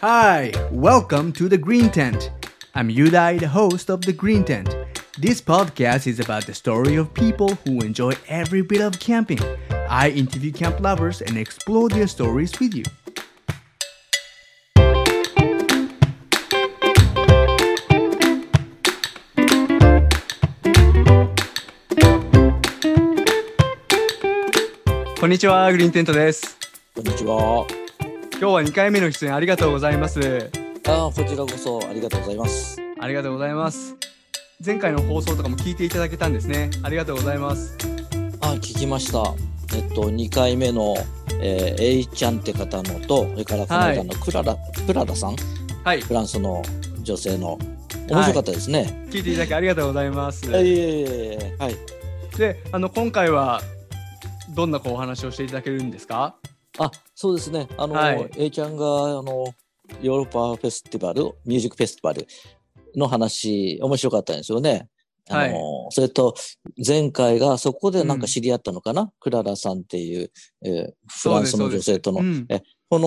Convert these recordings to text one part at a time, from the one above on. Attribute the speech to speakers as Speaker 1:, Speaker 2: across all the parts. Speaker 1: Hi, welcome to the Green Tent. I'm Yudai, the host of the Green Tent. This podcast is about the story of people who enjoy every bit of camping. I interview camp lovers and explore their stories with you. こんにちは、グリーンテントです。
Speaker 2: こんにちは。
Speaker 1: 今日は2回目の出演ありがとうございます。
Speaker 2: ああ、こちらこそありがとうございます。
Speaker 1: ありがとうございます。前回の放送とかも聞いていただけたんですね。ありがとうございます。
Speaker 2: あ、聞きました。えっと、2回目の、えー、エイちゃんって方のと、それからこの間のクララ、プララさん、
Speaker 1: はい、
Speaker 2: フランスの女性の、面白かったですね。
Speaker 1: 聞いていただきありがとうございます。
Speaker 2: はい、いえいえいえはい。
Speaker 1: で、あの今回はどんなこうお話をしていただけるんですか？
Speaker 2: あ、そうですね。あの、
Speaker 1: はい
Speaker 2: エイちゃんが、あの、ヨーロッパフェスティバル、ミュージックフェスティバルの話、面白かったんですよね。あの、それと、前回がそこでなんか知り合ったのかな、クララさんっていう、えーフランスの女性との
Speaker 1: う。ん、
Speaker 2: こ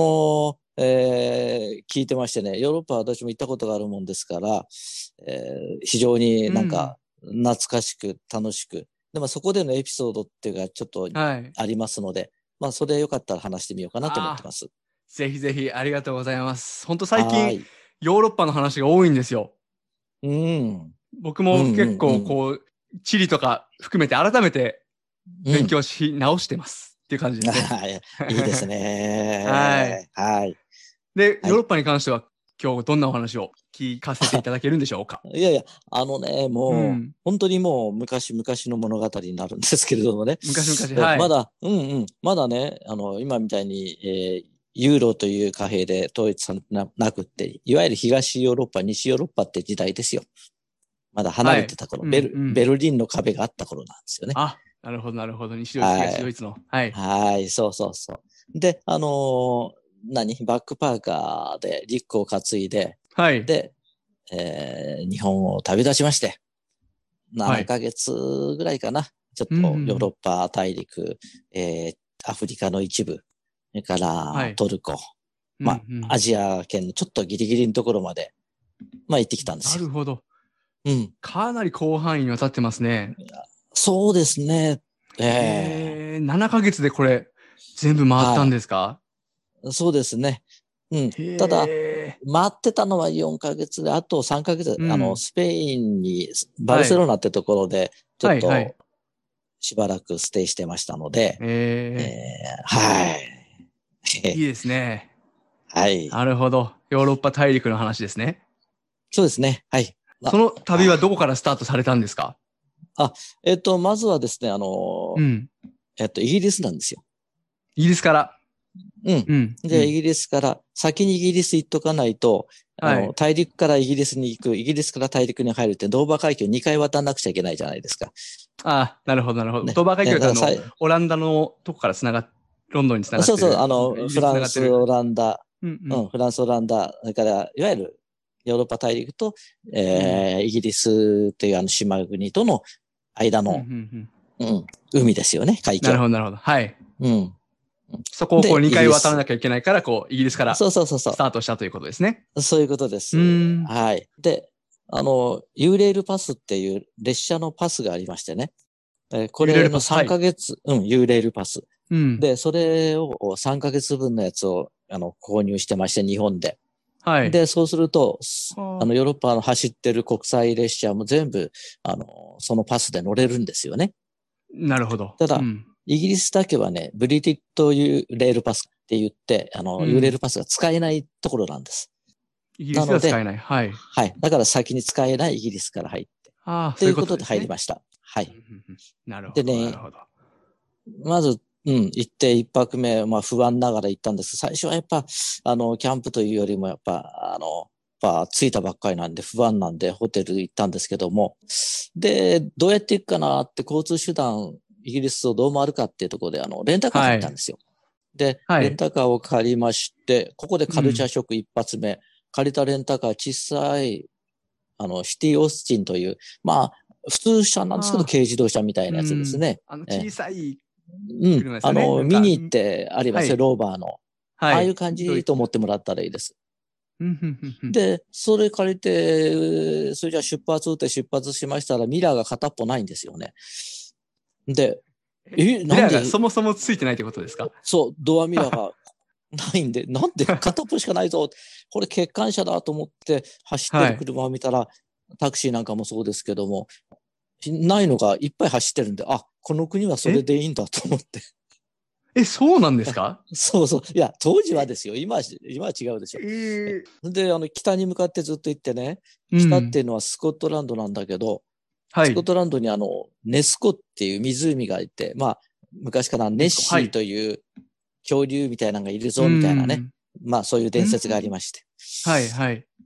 Speaker 2: の、えー聞いてましてね、ヨーロッパは私も行ったことがあるもんですから、えー非常になんか懐かしく楽しく。でもそこでのエピソードっていうのがちょっと
Speaker 1: はい、
Speaker 2: ありますので、まあそれよかったら話してみようかなと思ってます。
Speaker 1: ぜひぜひありがとうございます。本当最
Speaker 2: は
Speaker 1: 近
Speaker 2: い
Speaker 1: ヨーロッパの話が多いんですよ。
Speaker 2: うん。
Speaker 1: 僕も結
Speaker 2: うんう
Speaker 1: 構
Speaker 2: んうん
Speaker 1: こう地理とか含めて改めて勉強し直してますっていう感じ
Speaker 2: うん。
Speaker 1: ですね。
Speaker 2: いいですね。
Speaker 1: はい。
Speaker 2: はい。
Speaker 1: で、
Speaker 2: い
Speaker 1: ヨーロッパに関しては今日どんなお話を聞かせていただけるんでしょうか？
Speaker 2: いやいや、あのね、もう、
Speaker 1: うん、
Speaker 2: 本当にもう昔々の物語になるんですけれどもね。
Speaker 1: 昔々
Speaker 2: え
Speaker 1: はい
Speaker 2: まだ、うんうん。まだね、あの、今みたいに、えーユーロという貨幣で統一されてななくって、いわゆる東ヨーロッパ、西ヨーロッパって時代ですよ。まだ離れてた頃、
Speaker 1: はい
Speaker 2: ベル、
Speaker 1: うんうん
Speaker 2: ベルリンの壁があった頃なんですよね。
Speaker 1: あ、なるほどなるほど西ドイツ
Speaker 2: はい
Speaker 1: 東ドイツのはい
Speaker 2: はい、そうそうそう。で、あのー何バックパーカーでリュックを担いで、
Speaker 1: はい
Speaker 2: で、えー日本を旅立ちまして、
Speaker 1: はい
Speaker 2: 7ヶ月ぐらいかな。ちょっと
Speaker 1: う
Speaker 2: ヨ
Speaker 1: んうん
Speaker 2: ーロッパ大陸、えーアフリカの一部、それか
Speaker 1: はい
Speaker 2: らトルコ、まあ
Speaker 1: うんうん
Speaker 2: アジア圏のちょっとギリギリのところまで、まあ行ってきたんです
Speaker 1: な
Speaker 2: よ。
Speaker 1: るほど。
Speaker 2: うん。
Speaker 1: かなり広範囲にわたってますね。
Speaker 2: そうですね。
Speaker 1: え
Speaker 2: え
Speaker 1: ー、7ヶ月でこれ、全部回ったんですか、
Speaker 2: ーそうですね。うん。
Speaker 1: へー
Speaker 2: ただ、回ってたのは4ヶ月で、あと3ヶ月、
Speaker 1: うん
Speaker 2: あの、スペインに、バルセロナってところで、ちょ
Speaker 1: は
Speaker 2: っ
Speaker 1: い
Speaker 2: と
Speaker 1: はい、
Speaker 2: しばらくステイしてましたので、
Speaker 1: え
Speaker 2: えーはい
Speaker 1: ー、いいですね。
Speaker 2: はい。
Speaker 1: なるほど。ヨーロッパ大陸の話ですね。
Speaker 2: そうですね。はい。あ
Speaker 1: その旅はどこからスタートされたんですか
Speaker 2: えっ、と、まずはですね、あの、
Speaker 1: うん。
Speaker 2: えっと、イギリスなんですよ。
Speaker 1: イギリスから。
Speaker 2: うん。
Speaker 1: うん。
Speaker 2: で、
Speaker 1: うん
Speaker 2: イギリスから、先にイギリス行っとかないと、あの
Speaker 1: はい
Speaker 2: 大陸からイギリスに行く、イギリスから大陸に入るって、ドーバー海峡2回渡らなくちゃいけないじゃないですか。
Speaker 1: あーなるほど、なるほど。
Speaker 2: ね
Speaker 1: ドーバー海峡ってあ
Speaker 2: ねだから
Speaker 1: の、
Speaker 2: さ
Speaker 1: オランダのとこからつながっロンドンにつながって
Speaker 2: そう
Speaker 1: る。
Speaker 2: そう、あ
Speaker 1: イ
Speaker 2: の、
Speaker 1: ギリス
Speaker 2: フ
Speaker 1: に繋
Speaker 2: ラ
Speaker 1: が
Speaker 2: ン
Speaker 1: って
Speaker 2: ス、
Speaker 1: る
Speaker 2: オランダ、
Speaker 1: うんう
Speaker 2: うんん、フランス、オランダ、だから、いわゆるヨーロッパ大陸と、えーイギリスというあの島国との間
Speaker 1: うんうん
Speaker 2: の、
Speaker 1: うん
Speaker 2: うん海ですよね、海峡。
Speaker 1: なるほど、なるほど。はい。
Speaker 2: うん、
Speaker 1: そこをこう
Speaker 2: で
Speaker 1: 2回渡らなきゃいけないから、こう、イギリスからス
Speaker 2: そうそうそうそ
Speaker 1: タートしたということですね。
Speaker 2: う。そういうことです。
Speaker 1: うん
Speaker 2: はい。で、あの、ユーレールパスっていう列車のパスがありましてね。えーこ
Speaker 1: ユーレー
Speaker 2: れ
Speaker 1: ルパ
Speaker 2: の
Speaker 1: スはい
Speaker 2: 3ヶ月、うん、ユーレールパス。
Speaker 1: うん。
Speaker 2: で、それを3ヶ月分のやつを、あの、購入してまして、日本で。
Speaker 1: はい。
Speaker 2: で、そうすると、す
Speaker 1: はあ
Speaker 2: あの、ヨーロッパの走ってる国際列車も全部、あの、そのパスで乗れるんですよね。
Speaker 1: なるほど。
Speaker 2: ただ
Speaker 1: うん
Speaker 2: イギリスだけはね、ブリティットユーレールパスって言って、あの、
Speaker 1: うん
Speaker 2: ユーレールパスが使えないところなんです。
Speaker 1: イギリスでは使えない。はい。
Speaker 2: はい。だから先に使えないイギリスから入って、
Speaker 1: ああ、
Speaker 2: ということで
Speaker 1: そう
Speaker 2: 入
Speaker 1: い
Speaker 2: り
Speaker 1: うこ
Speaker 2: ました。は
Speaker 1: とで
Speaker 2: い。
Speaker 1: すね。うんうんうんなるほど。
Speaker 2: でね
Speaker 1: なるほど。
Speaker 2: まず、うん、行って一泊目、まあ不安ながら行ったんです。最初はやっぱ、あの、キャンプというよりもやっぱ、あの、やっぱ着いたばっかりなんで不安なんでホテル行ったんですけども、で、どうやって行くかなって交通手段、イギリスをどう回るかっていうところで、あの、レンタカー借りたんですよ。で、
Speaker 1: はい
Speaker 2: レンタカーを借りまして、ここでカルチャーショック一発目、借りたレンタカー小さい、あの、シティオースティンという、まあ、普通車なんですけ
Speaker 1: あ
Speaker 2: ど、
Speaker 1: ー
Speaker 2: 軽自動車みたいなやつですね。
Speaker 1: あの、
Speaker 2: え
Speaker 1: 小
Speaker 2: え
Speaker 1: さい、
Speaker 2: うん。
Speaker 1: 車ですよ
Speaker 2: あ
Speaker 1: ね
Speaker 2: の、
Speaker 1: なんか
Speaker 2: ミニってありますよ、
Speaker 1: はい
Speaker 2: ローバーの。あ
Speaker 1: は
Speaker 2: あい
Speaker 1: い。
Speaker 2: う感じと思ってもらったらいいです。
Speaker 1: うんうんうんうん
Speaker 2: で、それ借りて、それじゃあ出発って出発しましたら、ミラーが片っぽないんですよね。で、え、
Speaker 1: ミ
Speaker 2: な
Speaker 1: ラ
Speaker 2: ん
Speaker 1: ーが
Speaker 2: で、
Speaker 1: そもそもついてないってことですか
Speaker 2: そう、ドアミラーがない んで、なんで片っぽしかないぞ。これ欠陥車だと思って走ってる車を見たら、タクシーなんかもそうですけども、ないのがいっぱい走ってるんで、あ、この国はそれでいいんだと思って。
Speaker 1: え、そうなんですか
Speaker 2: そうそう。いや、当時はですよ。今は、今は違うでしょ
Speaker 1: え。ー、
Speaker 2: で、あの、北に向かってずっと行ってね、
Speaker 1: うん
Speaker 2: 北っていうのはスコットランドなんだけど、
Speaker 1: は
Speaker 2: ス
Speaker 1: い
Speaker 2: コッ。トランドにあの、ネスコっていう湖がいて、まあ、昔からネッシ
Speaker 1: はい
Speaker 2: ーという恐竜みたいなのがいるぞ、みたいなね。まあ、そういう伝説がありまして。
Speaker 1: うん。はい、はい。
Speaker 2: ま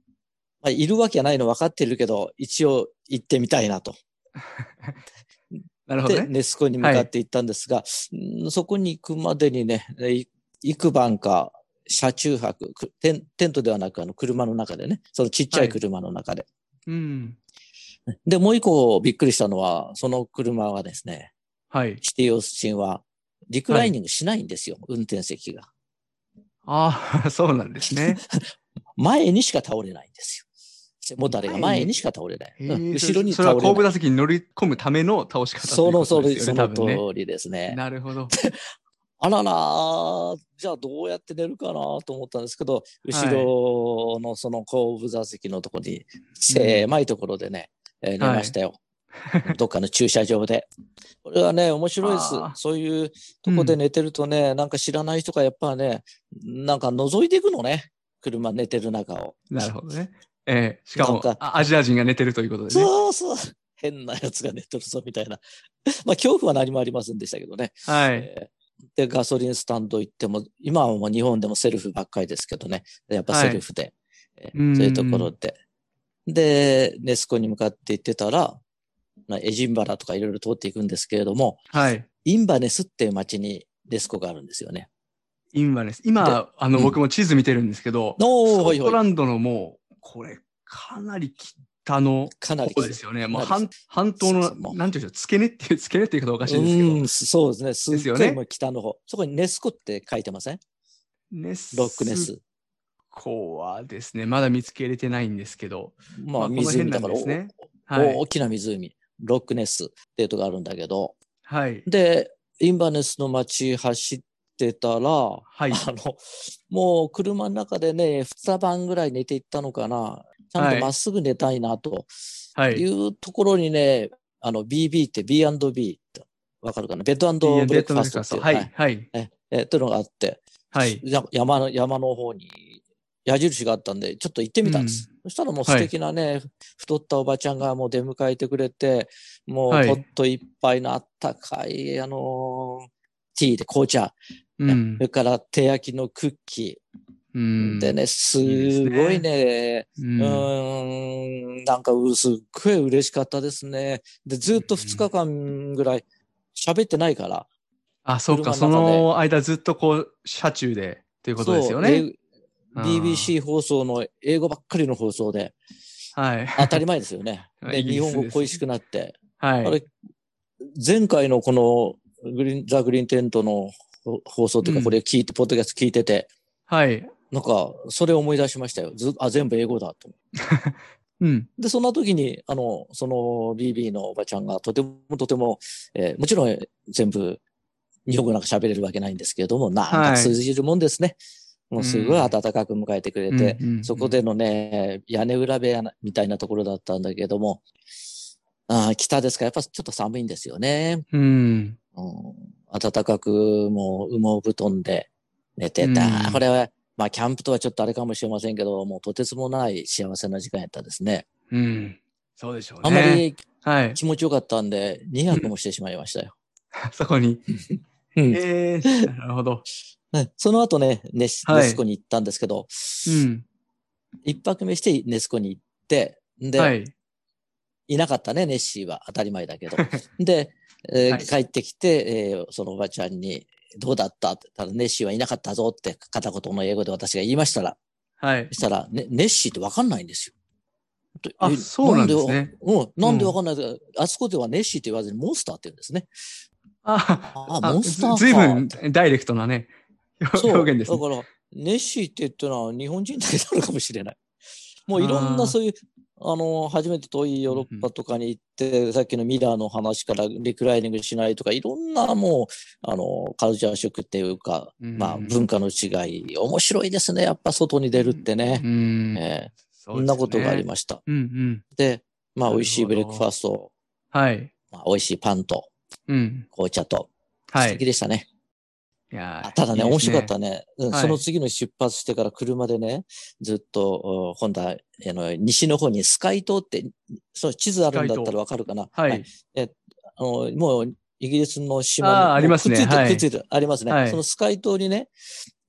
Speaker 2: あ、いるわけはないの分かってるけど、一応行ってみたいなと。
Speaker 1: なるほど
Speaker 2: で、
Speaker 1: ね。
Speaker 2: ネスコに向かって行ったんですが、うんそこに行くまでにね、えい幾晩か、車中泊くテン、テントではなく、あの、車の中でね、そのちっちゃ
Speaker 1: はいい
Speaker 2: 車の中で。
Speaker 1: うん。
Speaker 2: で、もう一個びっくりしたのは、その車はですね、
Speaker 1: はい。
Speaker 2: シティオスチンは、リクライニングしないんですよ、運転席が。
Speaker 1: ああ、 そうなんですね。
Speaker 2: 前にしか倒れないんですよ。もたれが前にしか倒れない。
Speaker 1: え
Speaker 2: うん
Speaker 1: ー
Speaker 2: 後ろに
Speaker 1: それ
Speaker 2: 倒
Speaker 1: は
Speaker 2: れ
Speaker 1: 後部
Speaker 2: ない。
Speaker 1: 座席に乗り込むための倒し方ってい
Speaker 2: そう
Speaker 1: こ
Speaker 2: の、
Speaker 1: と
Speaker 2: そ
Speaker 1: です
Speaker 2: の、
Speaker 1: よ
Speaker 2: そ
Speaker 1: ね、多
Speaker 2: の
Speaker 1: 分ね。
Speaker 2: 通りですね。
Speaker 1: なるほど。
Speaker 2: あららー、じゃあどうやって寝るかなと思ったんですけど、後ろのその後部座席のとこに、狭いところでね、えー寝ましたよ。どっかの駐車場で。これはね、面白いです
Speaker 1: あー。
Speaker 2: そういうとこで寝てるとね、なんか知らない人がやっぱね、なんか覗いていくのね。車寝てる中を。
Speaker 1: なるほどね。えーしかも
Speaker 2: なんか
Speaker 1: あアジア人が寝てるということでね。
Speaker 2: そうそう。変なやつが寝てるぞ、みたいな。まあ、恐怖は何もありませんでしたけどね。
Speaker 1: はい。
Speaker 2: えーで、ガソリンスタンド行っても、今はもう日本でもセルフばっかりですけどね、やっぱセルフで、えー
Speaker 1: うん
Speaker 2: そういうところで。で、ネスコに向かって行ってたら、まあ、エジンバラとかいろいろ通っていくんですけれども、
Speaker 1: はい。
Speaker 2: インバネスっていう町にネスコがあるんですよね。
Speaker 1: インバネス。今、あの、
Speaker 2: うん
Speaker 1: 僕も地図見てるんですけど、ス
Speaker 2: おー
Speaker 1: コ
Speaker 2: はい
Speaker 1: ット
Speaker 2: は
Speaker 1: ラ
Speaker 2: い。
Speaker 1: ンドのもう、これ、かなり北の
Speaker 2: かなり
Speaker 1: 方ですよね。もう
Speaker 2: かな
Speaker 1: 半半島
Speaker 2: そう
Speaker 1: の
Speaker 2: そうも、う
Speaker 1: なんていうんでしょう、付け根っていう、付け根っていう言い方おかしいですけど、
Speaker 2: うん、そうですね。す
Speaker 1: です
Speaker 2: っ
Speaker 1: よ
Speaker 2: ご
Speaker 1: ね
Speaker 2: いもう北の方。そこにネスコって書いてません
Speaker 1: ネス
Speaker 2: ロックネス。
Speaker 1: コはですね、まだ見つけ入れてないんですけど、ま
Speaker 2: まあ、
Speaker 1: あこの辺な
Speaker 2: 湖だ
Speaker 1: ん
Speaker 2: から、
Speaker 1: ですね。
Speaker 2: お
Speaker 1: はい。
Speaker 2: 大きな湖、ロックネスっていうとこがあるんだけど、
Speaker 1: はい。
Speaker 2: で、インバネスの街走ってたら、あ
Speaker 1: はい。
Speaker 2: の、もう車の中でね、二晩ぐらい寝ていったのかな。ちゃん
Speaker 1: はい
Speaker 2: とまっすぐ寝たいなと
Speaker 1: はいい。
Speaker 2: うところにね、あの BB って B&B ってわかるかなベッド
Speaker 1: いや
Speaker 2: ブレ
Speaker 1: デート
Speaker 2: ック
Speaker 1: の
Speaker 2: ファ
Speaker 1: 時
Speaker 2: スト
Speaker 1: 間そ
Speaker 2: っていうう、
Speaker 1: はい。はい。
Speaker 2: えっていうのがあって、
Speaker 1: はい。
Speaker 2: や山の、山の方に矢印があったんで、ちょっと行ってみたんです。そしたらもう素敵なね、太ったおばちゃんがもう出迎えてくれて、もう
Speaker 1: はい
Speaker 2: ポットいっぱいのあったかい、あのーティーで紅茶、
Speaker 1: う
Speaker 2: そ
Speaker 1: ん
Speaker 2: れから手焼きのクッキ
Speaker 1: うん
Speaker 2: ーでね、すごいね、
Speaker 1: う
Speaker 2: うんーん、なんかうすっごい嬉しかったですね。で、ずっと2日間ぐらい喋ってないから、
Speaker 1: あ、そうか。そ
Speaker 2: 車の中で
Speaker 1: の間ずっとこう、車中でっていうことですよ
Speaker 2: そう
Speaker 1: ね。
Speaker 2: 英 BBC 放送の英語ばっかりの放送で、
Speaker 1: はい。。
Speaker 2: 当たり前ですよね
Speaker 1: イ
Speaker 2: で
Speaker 1: ギリス
Speaker 2: 日本語
Speaker 1: です
Speaker 2: 恋しくなって。あ
Speaker 1: はい。
Speaker 2: れ、前回のこのグリーン、ザ・グリーンテントのほ放送という
Speaker 1: うん
Speaker 2: か、これ聞いて、ポッドキャスト聞いてて、
Speaker 1: はい。
Speaker 2: なんか、それを思い出しましたよ。ずあ、全部英語だと。
Speaker 1: うん。
Speaker 2: で、そんな時に、あの、その BB のおばちゃんがとてもとても、えーもちろん全部日本語なんか喋れるわけないんですけれども、なん
Speaker 1: はい
Speaker 2: か通じるもんですね。もうすごい
Speaker 1: うん
Speaker 2: 温かく迎えてくれて、
Speaker 1: うんうん
Speaker 2: そこでのね、屋根裏部屋なみたいなところだったんだけども、あー北ですから、やっぱちょっと寒いんですよね。
Speaker 1: うん。
Speaker 2: うん、暖かく、もう羽毛布団で寝てた。
Speaker 1: うん
Speaker 2: これは、まあ、キャンプとはちょっとあれかもしれませんけど、もうとてつもない幸せな時間やったですね。
Speaker 1: うん。そうでしょうね。
Speaker 2: あんまり
Speaker 1: はい。
Speaker 2: 気持ちよかったんで、2泊もしてしまいましたよ。
Speaker 1: そこに。
Speaker 2: うん
Speaker 1: えー、なるほ ど。
Speaker 2: ねその後ね、ネス
Speaker 1: はい
Speaker 2: ネスコに行ったんですけど、
Speaker 1: うん。
Speaker 2: 一泊目してネスコに行って、で、、
Speaker 1: はいい。
Speaker 2: なかったね、ネッシーは。当たり前だ けど。で、えー
Speaker 1: はい
Speaker 2: 帰ってきて、えーそのおばちゃんに、どうだったって言ったら、ネッシーはいなかったぞって片言の英語で私が言いましたら、
Speaker 1: はい
Speaker 2: そ。したら、ね、ネッシーってわかんないんですよ。
Speaker 1: あ
Speaker 2: え
Speaker 1: そうなんですね
Speaker 2: なんでうん、なんでわかんない、あそこではネッシーって言わずにモンスターって言うんですね。
Speaker 1: あ
Speaker 2: あモンスターか
Speaker 1: ずずいぶんダイレクトなね、
Speaker 2: そ う
Speaker 1: 表現ですね。
Speaker 2: だから、ネッシーって言ったのは日本人だけなのかもしれない。もういろん
Speaker 1: あー
Speaker 2: なそういう、あの、初めて遠いヨーロッパとかに行って、さっきのミラーの話からリクライニングしないとか、いろんなもう、あの、カルチャー食っていうか、
Speaker 1: うん
Speaker 2: まあ、文化の違い、面白いですね。やっぱ外に出るってね。
Speaker 1: うん。
Speaker 2: ええ
Speaker 1: そ
Speaker 2: そんなことがあり
Speaker 1: すね。
Speaker 2: ました。
Speaker 1: うんうん。
Speaker 2: で、まあ、
Speaker 1: なるほど
Speaker 2: 美味しいブレックファースト、
Speaker 1: はい。
Speaker 2: まあ、美味しいパンと、
Speaker 1: うん。
Speaker 2: 紅茶と、
Speaker 1: は
Speaker 2: 素
Speaker 1: い。
Speaker 2: 敵でしたね。
Speaker 1: いやー
Speaker 2: あただね
Speaker 1: いい
Speaker 2: 面
Speaker 1: です
Speaker 2: 白かったね、うん
Speaker 1: はい
Speaker 2: その次の出発してから車でね、ずっと、お今度は、あの、西の方にスカイ島って、そう、地図あるんだったらわかるかな。
Speaker 1: はい。
Speaker 2: あの、もう、イギリスの島
Speaker 1: あー
Speaker 2: も
Speaker 1: ありますね
Speaker 2: くっついて
Speaker 1: は
Speaker 2: る、
Speaker 1: い
Speaker 2: くっついてる、ありますね、
Speaker 1: はい
Speaker 2: そのスカイ島にね、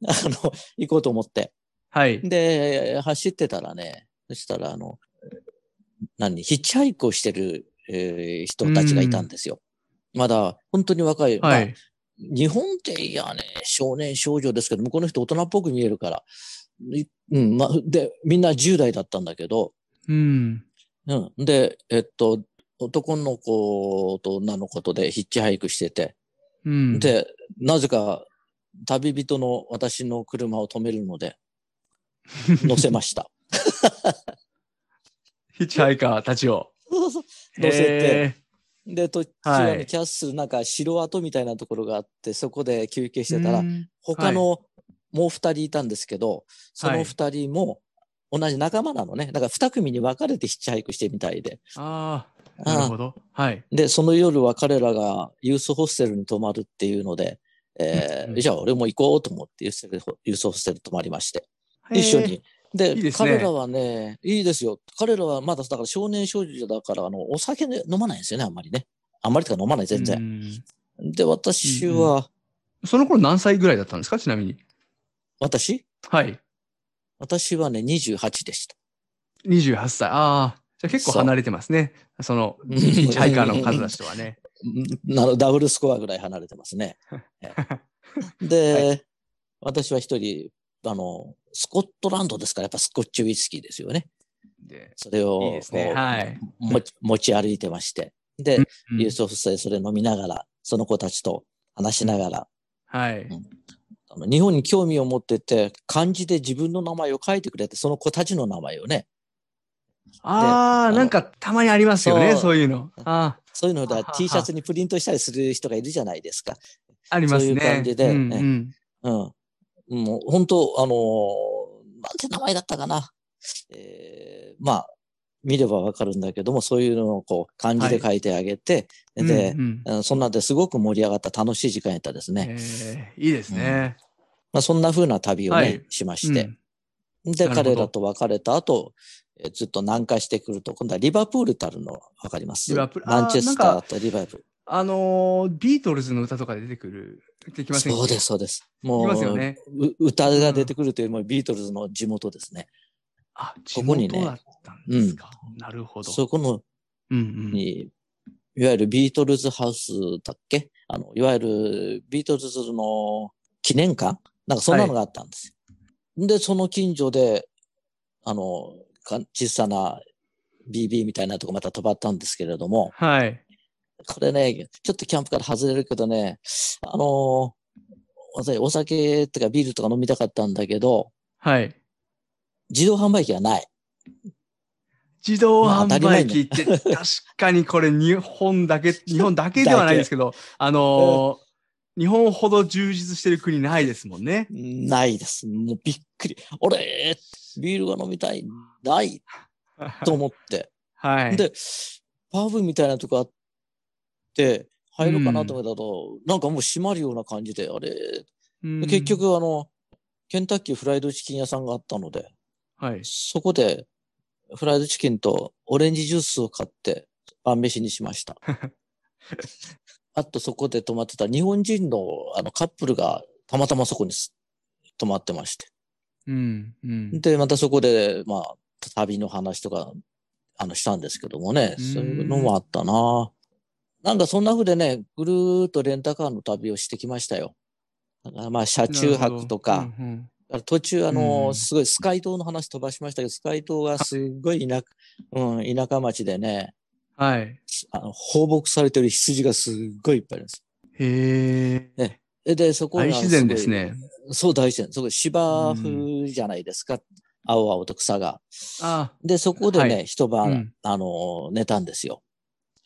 Speaker 2: あの、行こうと思って。
Speaker 1: はい。
Speaker 2: で、走ってたらね、そしたら、あの、何、ヒッチハイクをしてる、えー人たちがいたんですよ。まだ、本当に若い、まあ
Speaker 1: はい。
Speaker 2: 日本っていやね、少年少女ですけど、向こうの人大人っぽく見えるから。いうん、ま、で、みんな10代だったんだけど、
Speaker 1: うん。
Speaker 2: うん。で、えっと、男の子と女の子とでヒッチハイクしてて、
Speaker 1: うん。、
Speaker 2: で、なぜか旅人の私の車を止める ので、乗せました。
Speaker 1: ヒッチハイカーたちを。
Speaker 2: そうそう乗せて
Speaker 1: へ
Speaker 2: で、途中、
Speaker 1: はい
Speaker 2: あのキャッスルなんか城跡みたいなところがあって、そこで休憩し
Speaker 1: ー。
Speaker 2: てたら
Speaker 1: う、ん
Speaker 2: 他のもう二人いたんですけど、そ
Speaker 1: は
Speaker 2: の
Speaker 1: い
Speaker 2: 二人も同じ仲間なのね。だから二組に分かれてヒッチハイクしてみたいで。
Speaker 1: ああ、なるほど。はい。
Speaker 2: で、その夜は彼らがユースホステルに泊まるっていうので、え
Speaker 1: うんうん
Speaker 2: ー、じゃあ俺も行こうと思ってユースホステルユースホステル泊まりまして、一緒
Speaker 1: へー。
Speaker 2: に。で
Speaker 1: いいですね
Speaker 2: 彼らはね、いいですよ。彼らはまだ、だから少年少女だから、あの、お酒ね飲まないんですよね、あんまりね。あんまりとか飲まない、全然。
Speaker 1: 然。
Speaker 2: で、私は、
Speaker 1: その頃何歳ぐらいだったんですかちなみに。
Speaker 2: 私
Speaker 1: はい。
Speaker 2: 私はね、28でした。
Speaker 1: 28歳。ああ。じゃあ結構
Speaker 2: そう
Speaker 1: 離れてますね。そ の、
Speaker 2: うん
Speaker 1: ヒッチハイカーの数たちとはね。
Speaker 2: なるダブルスコアぐらい離れてま すね。ええで、私は一人、あの、スコットランドですから、やっぱスコッチウイスキーですよね。
Speaker 1: で
Speaker 2: それ
Speaker 1: いい
Speaker 2: を
Speaker 1: ですね。
Speaker 2: こう
Speaker 1: はい。
Speaker 2: 持ち持ち歩いてまして。で、
Speaker 1: うん
Speaker 2: ユースオフ生それ飲みながら、その子たちと話しながら、
Speaker 1: はい。
Speaker 2: あの日本に興味を持ってて、漢字で自分の名前を書いてくれて、その子たちの名前をね、
Speaker 1: あ
Speaker 2: あ
Speaker 1: あ、
Speaker 2: の
Speaker 1: なんかたまにありますよね。
Speaker 2: そう
Speaker 1: そういうの。あ
Speaker 2: そういうの
Speaker 1: は
Speaker 2: で
Speaker 1: はは
Speaker 2: T シャツにプリントしたりする人がいるじゃないですか。
Speaker 1: あ、ありますね。
Speaker 2: そういう感じで
Speaker 1: うんうん。
Speaker 2: うん。もう本当、あのーなんて名前だったかな。えーまあ、見ればわかるんだけども、そういうのをこう、漢字で書いてあげて、で
Speaker 1: うん、うん
Speaker 2: うんそんなんですごく盛り上がった楽しい時間やったですね。
Speaker 1: えーいいですね。
Speaker 2: まあ、そんな風な旅をね、
Speaker 1: はい
Speaker 2: しまして。
Speaker 1: うん
Speaker 2: で、
Speaker 1: なるほど
Speaker 2: 彼らと別れた後、えーずっと南下してくると、今度はリバプールたるのわかります
Speaker 1: リバプール
Speaker 2: マンチェス
Speaker 1: あ
Speaker 2: タ
Speaker 1: ーなん
Speaker 2: ーとリバプール。
Speaker 1: あのー、ビートルズの歌とかで出てくる、できません
Speaker 2: そうです、。そうです。も、
Speaker 1: いうますよね。
Speaker 2: う歌が出てくるというよりも、ビートルズの地元ですね。
Speaker 1: あ、地
Speaker 2: ここにね
Speaker 1: 元だったんですか。なるほど。
Speaker 2: そこの
Speaker 1: うんうん。
Speaker 2: に、いわゆるビートルズハウスだっけあの、いわゆるビートルズの記念館なんかそんなのがあったんですよ。で、その近所で、あの、か小さな BB みたいなとこまた飛ばったんですけれども、
Speaker 1: はい。
Speaker 2: これね、ちょっとキャンプから外れるけどね、あの、私お酒とかビールとか飲みたかったんだけど、
Speaker 1: はい。
Speaker 2: 自動販売機はない。
Speaker 1: 自動
Speaker 2: まあ当た
Speaker 1: 販
Speaker 2: り前
Speaker 1: 売
Speaker 2: ね
Speaker 1: 機って、 確かにこれ日本 だけ、日本だけではないですけど、あのー、日本ほど充実してる国ないですもんね。
Speaker 2: ないです。もうびっくり。俺、ビールが飲みたい。ないと思って。
Speaker 1: はい。
Speaker 2: で、パブみたいなとこあって、入ろうかなと思ったと、なんかもう閉まるような感じで、あれ、
Speaker 1: うん
Speaker 2: 結、局あの、ケンタッキーフライドチキン屋さんがあったので、
Speaker 1: はい。
Speaker 2: そこでフライドチキンとオレンジジュースを買って晩飯にし ました。あとそこで泊まってた日本人のあのカップルがたまたまそこにす泊まってまして。
Speaker 1: うん。うん。
Speaker 2: で、またそこで、まあ、旅の話とか、あの、したんですけどもね、
Speaker 1: うん
Speaker 2: そういうのもあったななんかそんな風でね、ぐるーっとレンタカーの旅をしてきましたよ。だからまあ、車中泊と
Speaker 1: なる
Speaker 2: か、
Speaker 1: ほど。うんうん
Speaker 2: 途中あの、
Speaker 1: うん
Speaker 2: すごいスカイ島の話飛ばしましたけど、スカイ島がすごい田舎、うん、田舎町でね、
Speaker 1: はい。
Speaker 2: あの放牧されてる羊がすっごいいっぱいいるんです。
Speaker 1: へえ。
Speaker 2: で、そこが
Speaker 1: 大自然です
Speaker 2: ごい
Speaker 1: ね。
Speaker 2: そう、大自然。そこ芝生じゃないですか。青々と草が。
Speaker 1: あ
Speaker 2: で、そこでね、
Speaker 1: は
Speaker 2: 一晩、
Speaker 1: うん
Speaker 2: あの、寝たんですよ。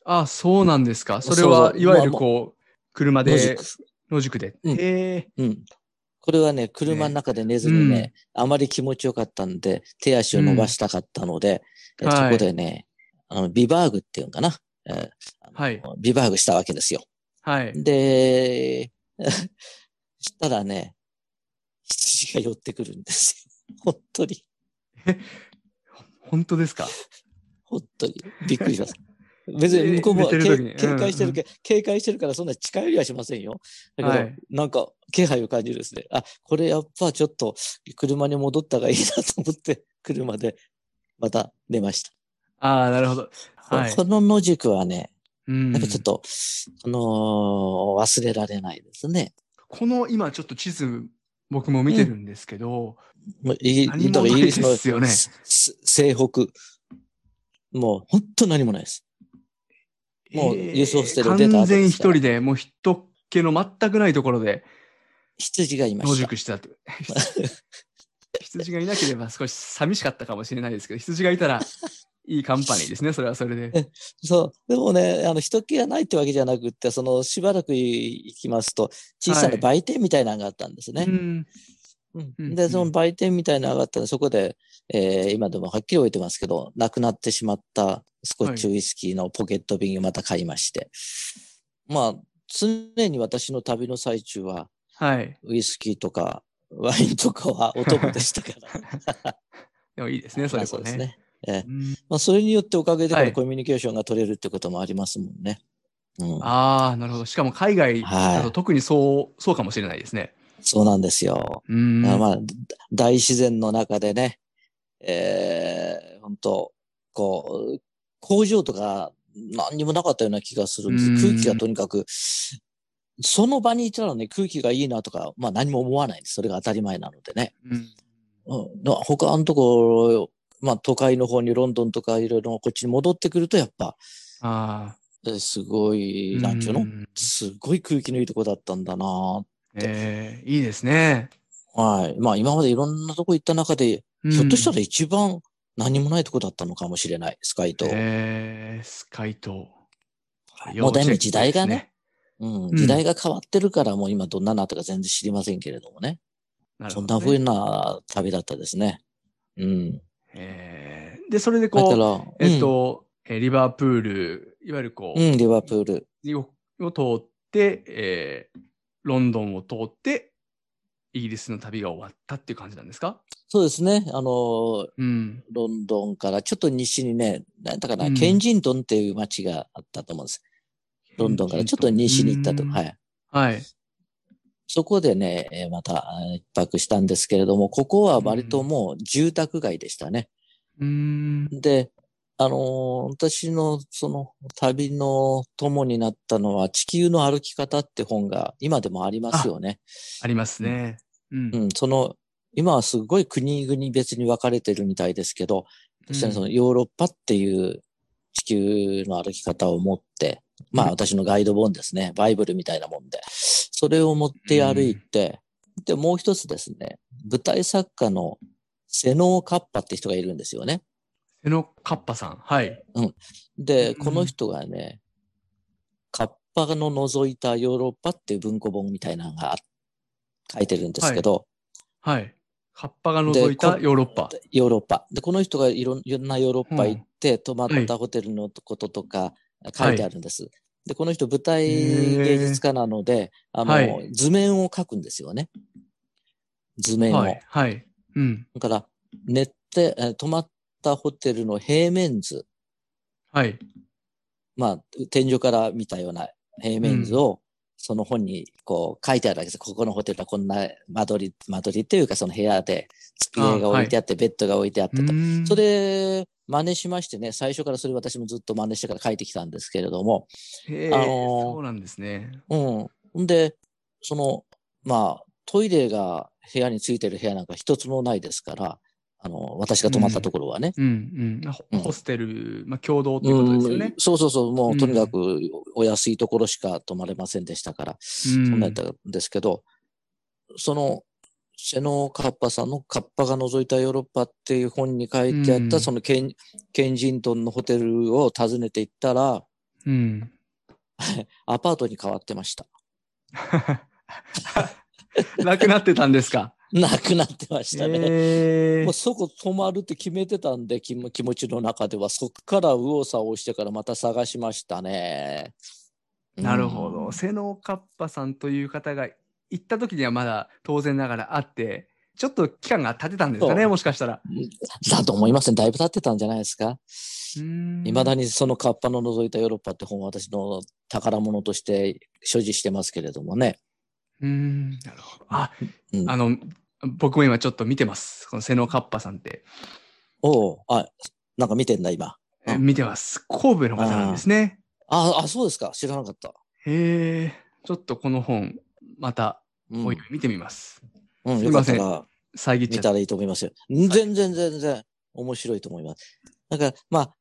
Speaker 1: あ、そうなんですか。それ
Speaker 2: そう
Speaker 1: は、
Speaker 2: そう
Speaker 1: いわゆ
Speaker 2: まあ
Speaker 1: る
Speaker 2: まあ
Speaker 1: こう、車
Speaker 2: 野
Speaker 1: で
Speaker 2: 宿、
Speaker 1: 野宿で。
Speaker 2: うん
Speaker 1: へ
Speaker 2: うん。これはね、車の中で寝ずにね、あまり気持ちよかったんで、手足を伸ばしたかったので、
Speaker 1: うん
Speaker 2: えそ
Speaker 1: はい
Speaker 2: こでね、あの、ビバーグっていうのかな。えー
Speaker 1: ーはい。
Speaker 2: ビバーグしたわけですよ。
Speaker 1: はい。
Speaker 2: で、 したらね、羊が寄ってくるんですよ。本当に、
Speaker 1: 本当ですか。
Speaker 2: 本当に。びっくりします。 別に向こうも
Speaker 1: 寝て
Speaker 2: け
Speaker 1: る時に
Speaker 2: 警戒してるけ、警戒してるからそんな近寄りはしませんよ。だけど、
Speaker 1: はい
Speaker 2: なんか気配を感じるですね。あ、これやっぱちょっと車に戻った方がいいなと思って、 車でまた寝ました。
Speaker 1: ああ、なるほど。はい。
Speaker 2: この野宿はね、
Speaker 1: うん
Speaker 2: やっぱちょっと、あのー忘れられないですね。
Speaker 1: この今ちょっと地図、僕も見てるんですけど、
Speaker 2: もうイギ
Speaker 1: 何も
Speaker 2: だから
Speaker 1: ない
Speaker 2: イギリスの
Speaker 1: ですよね
Speaker 2: すす西北。もう本当何もないです。もう
Speaker 1: えー
Speaker 2: 輸送ホステル出た後
Speaker 1: 完全
Speaker 2: で
Speaker 1: 一
Speaker 2: すから
Speaker 1: 人で、もう人気の全くないところで
Speaker 2: 羊がいま
Speaker 1: 野
Speaker 2: した。
Speaker 1: 宿したって。 羊がいなければ少し寂しかったかもしれないですけど、羊がいたらいいカンパニーですね、それはそれで。
Speaker 2: そう。でもね、あの、人気がないってわけじゃなくって、その、しばらく行きますと、小さな売店みたいなのがあったんですね。
Speaker 1: うん
Speaker 2: うん
Speaker 1: うんう
Speaker 2: で、
Speaker 1: ん
Speaker 2: その売店みたいなのがあったら、そこで、えー今でもはっきり置いてますけど、なくなってしまったスコッチウイスキーのポケット瓶をまた買いまして。まあ、常に私の旅の最中は、
Speaker 1: はい。
Speaker 2: ウイスキーとか、ワインとかはお供でしたから。
Speaker 1: でもいいですね、 そ
Speaker 2: ま
Speaker 1: れ
Speaker 2: あそ
Speaker 1: も
Speaker 2: うです
Speaker 1: ね。
Speaker 2: ね。ええ
Speaker 1: うん
Speaker 2: まあ、それによっておかげでこ
Speaker 1: は
Speaker 2: の
Speaker 1: い
Speaker 2: コミュニケーションが取れるってこともありますもんね。うん、
Speaker 1: ああ、なるほど。しかも海外だ
Speaker 2: は
Speaker 1: と特にそう、そうかもしれないですね。
Speaker 2: い。そうなんですよ。
Speaker 1: うん。
Speaker 2: あまあ、大自然の中でね、えー、本当こう、工場とか何にもなかったような気がするん
Speaker 1: うん
Speaker 2: です。空気がとにかく、その場にいたらね、空気がいいなとか、まあ何も思わないんです。それが当たり前なのでね。
Speaker 1: うん
Speaker 2: うん、だから他のところ、まあ都会の方にロンドンとかいろいろこっちに戻ってくるとやっぱ、
Speaker 1: あ
Speaker 2: えすごい、
Speaker 1: あ。
Speaker 2: なんちゅう
Speaker 1: う
Speaker 2: の
Speaker 1: ん
Speaker 2: すごい空気のいいとこだったんだな
Speaker 1: ええいいですね。
Speaker 2: はい。まあ今までいろんなとこ行った中で、
Speaker 1: うん
Speaker 2: ひょっとしたら一番何もないとこだったのかもしれない、スカイ島。
Speaker 1: えー、スカイ島。
Speaker 2: いモデル時代がね
Speaker 1: 要チェックです。うん
Speaker 2: うん、時代が変わってるからもう今どんななったか全然知りませんけれどもね。
Speaker 1: なる
Speaker 2: そ
Speaker 1: ほ
Speaker 2: ん
Speaker 1: ど
Speaker 2: な
Speaker 1: ね
Speaker 2: 風な旅だったですね。うん。
Speaker 1: えーで、それで
Speaker 2: だか
Speaker 1: こう、
Speaker 2: ら、
Speaker 1: えっ、と、えーリバプール、いわゆるこ
Speaker 2: うん、うん、リバプール。
Speaker 1: う、をを通って、えーロンドンを通って、イギリスの旅が終わったっていう感じなんですか
Speaker 2: そうですね。あの、
Speaker 1: うん。
Speaker 2: ロンドンからちょっと西にね、なんだかな、
Speaker 1: うん
Speaker 2: ケンジントンっていう街があったと思うんです。ロンドンからちょっと西に行ったと。
Speaker 1: うん
Speaker 2: は。い。
Speaker 1: はい。
Speaker 2: そこでね、えーまたえー一泊したんですけれども、ここは割ともう住宅街でしたね。
Speaker 1: うーん。
Speaker 2: で、あのー私のその旅の友になったのは、地球の歩き方って本が今でもありますよね。
Speaker 1: ありますね。うん。
Speaker 2: うん、その、今はすごい国々別に分かれてるみたいですけど、私はそのヨーロッパっていう地球の歩き方を持って、まあ私のガイド本ですね。バイブルみたいなもんで。それを持って歩いて、で、もう一つですね、舞台作家のセノーカッパって人がいるんですよね。
Speaker 1: セノカッパさん。はい。
Speaker 2: で、
Speaker 1: うん
Speaker 2: この人がね、カッパの覗いたヨーロッパっていう文庫本みたいなのが書いてるんですけど、
Speaker 1: はい。カッパが覗いた
Speaker 2: でこ
Speaker 1: ヨーロッパ。
Speaker 2: ヨーロッパ。で、この人がいろんいろんなヨーロッパ行って、泊まったホテルのこととか書いてあるんです。で、この人舞台芸術家なので、あの、
Speaker 1: は
Speaker 2: 図面を書くんですよね。図面を。
Speaker 1: はい。はい。うん。
Speaker 2: だから、寝て、えー泊まったホテルの平面図、
Speaker 1: はい。
Speaker 2: まあ、天井から見たような平面図を、その本にこう書いてあるわけです。ここのホテルはこんな間取り、間取りっていうかその部屋で机が置いてあって、ベッドが置いてあってとそれ、真似しましてね、最初からそれ私もずっと真似してから書いてきたんですけれども、
Speaker 1: へえ、
Speaker 2: あのー
Speaker 1: そうなんですね。
Speaker 2: うん。んで、その、まあ、トイレが部屋についてる部屋なんか一つもないですから、あの、私が泊まったところはね。
Speaker 1: うんうん。
Speaker 2: うん
Speaker 1: ホホステル、まあ、共同ということですよ
Speaker 2: うん
Speaker 1: ね。
Speaker 2: そうそうそう、も
Speaker 1: う
Speaker 2: うんとにかくお安いところしか泊まれませんでしたから、
Speaker 1: うん
Speaker 2: そんなんやったんですけど、その、瀬野カッパさんのカッパが除いたヨーロッパっていう本に書いてあっ
Speaker 1: う
Speaker 2: た、
Speaker 1: ん
Speaker 2: そのケン、ケンジントンのホテルを訪ねていったら、
Speaker 1: うん。
Speaker 2: アパートに変わってました。
Speaker 1: なくなってたんですか。
Speaker 2: なくなってましたね。
Speaker 1: え
Speaker 2: も
Speaker 1: ー、
Speaker 2: うそこ泊まるって決めてたんで、気も気持ちの中では、そっから右往左往してからまた探しましたね。うん
Speaker 1: なるほど。瀬野かっぱさんという方が行った時にはまだ当然ながらあって、ちょっと期間が経ってたんですかね、
Speaker 2: そう
Speaker 1: もしかしたら。
Speaker 2: だと思いますね。だいぶ経ってたんじゃないですか。
Speaker 1: い
Speaker 2: いまだにそのカッパの除いたヨーロッパって本は私の宝物として所持してますけれどもね。
Speaker 1: うん、なるほど。あ、
Speaker 2: うん
Speaker 1: あの、僕も今ちょっと見てます。この瀬野かっぱさんって。
Speaker 2: おうあ、なんか見てんだ、今。
Speaker 1: え
Speaker 2: あ
Speaker 1: 見てます。神戸の方なんですね。
Speaker 2: あ、あ、そうですか。知らなかった。
Speaker 1: へえ、ちょっとこの本、また、
Speaker 2: うん。
Speaker 1: おいおい見てみます。
Speaker 2: うん、
Speaker 1: すい
Speaker 2: よか
Speaker 1: ま
Speaker 2: っ
Speaker 1: せん
Speaker 2: たら
Speaker 1: 遮っ
Speaker 2: 見
Speaker 1: ちゃ
Speaker 2: た
Speaker 1: っ
Speaker 2: らいいと思いますよ。全然全然面白いと思います。だから、まあ、